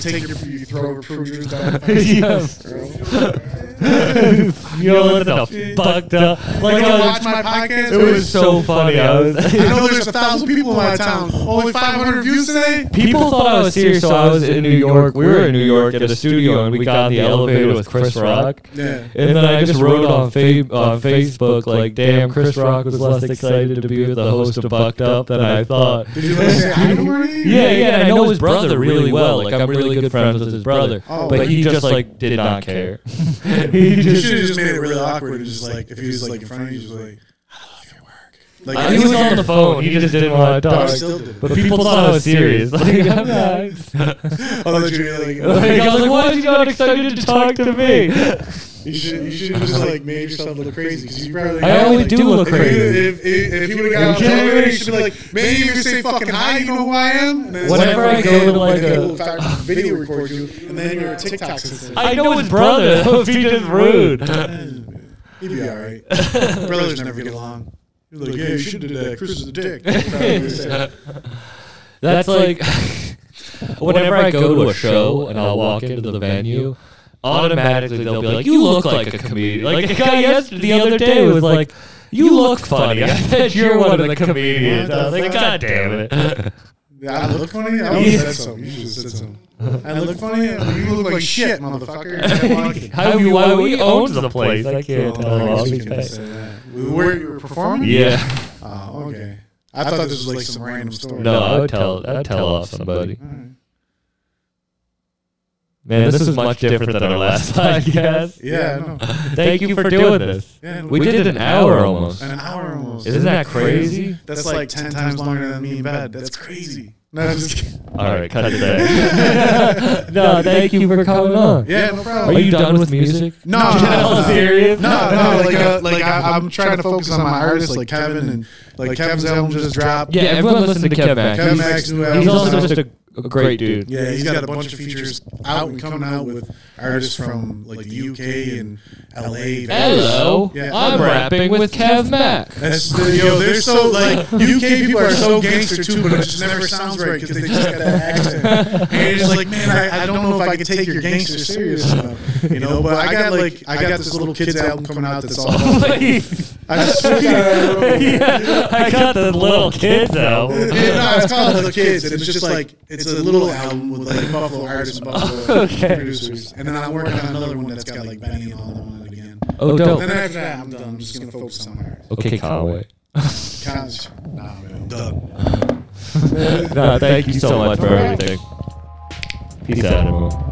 E: take your you throw protruders down
A: Yes. you know what the fucked up? Like
E: like
A: I
E: I
A: was,
E: watch my podcast
A: it was so funny. I
E: I
A: was.
E: know there's a thousand people in my town only 500 views today
A: People thought I was serious, so I was in New York. We were in New York at a studio, and we got in the elevator with Chris Rock.
E: yeah
A: And then I just wrote on, fa- on Facebook, like, damn, Chris Rock was less excited to be with the host of Bucked Up than I thought.
E: did you like say I know where it is?
A: Yeah, yeah, and I know his brother really well. Like, I'm really good friends with his brother. But he just, like, did not care. He
E: You
A: just-
E: should have just made it real awkward and just like if he was like in front of you, just like I love your work. Like
H: I
E: I
A: he
H: think
A: was
H: it
A: on the phone. He just didn't want to
E: I
A: talk.
E: still did. it.
A: But people thought I was serious. Like, I'm not.
E: I'll let you like
A: Like, I was like, why is he not excited to talk to me?
E: you should you should have just like made yourself look crazy because you probably
A: I only do look
E: If, you-
A: crazy.
E: if, if, if you would have got
A: Yeah.
E: on the you should be like, man, you say fucking hi, you know who I am? And then it's
A: Whenever
E: like,
A: I
E: okay,
A: go to, like,
E: people
A: a-
E: will fact- video record you, and then you're a TikTok sensation.
A: I know his brother. That would be just rude.
E: He'd be all right. Brothers never get along. You're like, yeah, you should have did that. Chris is a dick. That's what I always say.
H: That's like whenever I go to a show and I'll walk into the venue, automatically they'll be like, "You look like a comedian." Like a guy yesterday, the other day was like, "You look funny." I bet you're one of the comedians. I was like, "God damn it!"
E: Yeah, I look funny? I would have said something. You should have said something. I look funny? You look like shit, motherfucker.
H: How you? Why we owns the place?
A: I can't.
E: Oh,
A: Oh, I'll
E: I
A: be
E: was gonna
A: back.
E: say that. Where you were performing?
H: Yeah.
E: Oh, okay. I thought this was like some random story.
H: No, I would tell. I'd tell off somebody. Man, this is much different than our last podcast.
E: Yeah, no.
H: Thank you for doing this.
E: Yeah,
H: We did an hour almost.
E: an hour almost.
H: Isn't that crazy?
E: That's, like, 10 times longer than me in bed. That's crazy. No, I'm just kidding.
H: All right, cut it there. no, thank you for coming on.
E: Yeah, no problem.
H: Are you done with music?
E: no, no, no.
H: serious?
E: No, no, like, uh, like I, I'm trying to focus on my artists, like Kevin, and like Kevin's album just dropped.
H: Yeah, everyone listen to Kev
E: Kevin
H: Mack.
E: Mack's new
H: He's,
E: album.
H: he's also just a, a great dude.
E: yeah, he's got a bunch of features out and coming out with artists from like the UK and LA. Yeah. I'm
H: rapping with Kev Mack.
E: That's the, yo, they're so like UK people are so gangster too, but it just never sounds right because they just got that accent. And it's like, man, I, I don't know if I could take your gangster serious enough, you know. But I got like I got this little kids album coming out that's all. About, I just swear to God, I don't know.
A: yeah, I got the little kids out.
E: Yeah, no, it's called Little Kids, and it's just like it's a little album with like Buffalo artists, Buffalo producers, and then I'm working on another one that's got like Benny and all them on it again.
H: Oh, dope.
E: Then after that, I'm done. I'm just gonna focus on my artists.
H: Okay, Conway.
E: Cons- Nah, man, I'm done.
H: No, thank you so much for everything. Peace out, everyone.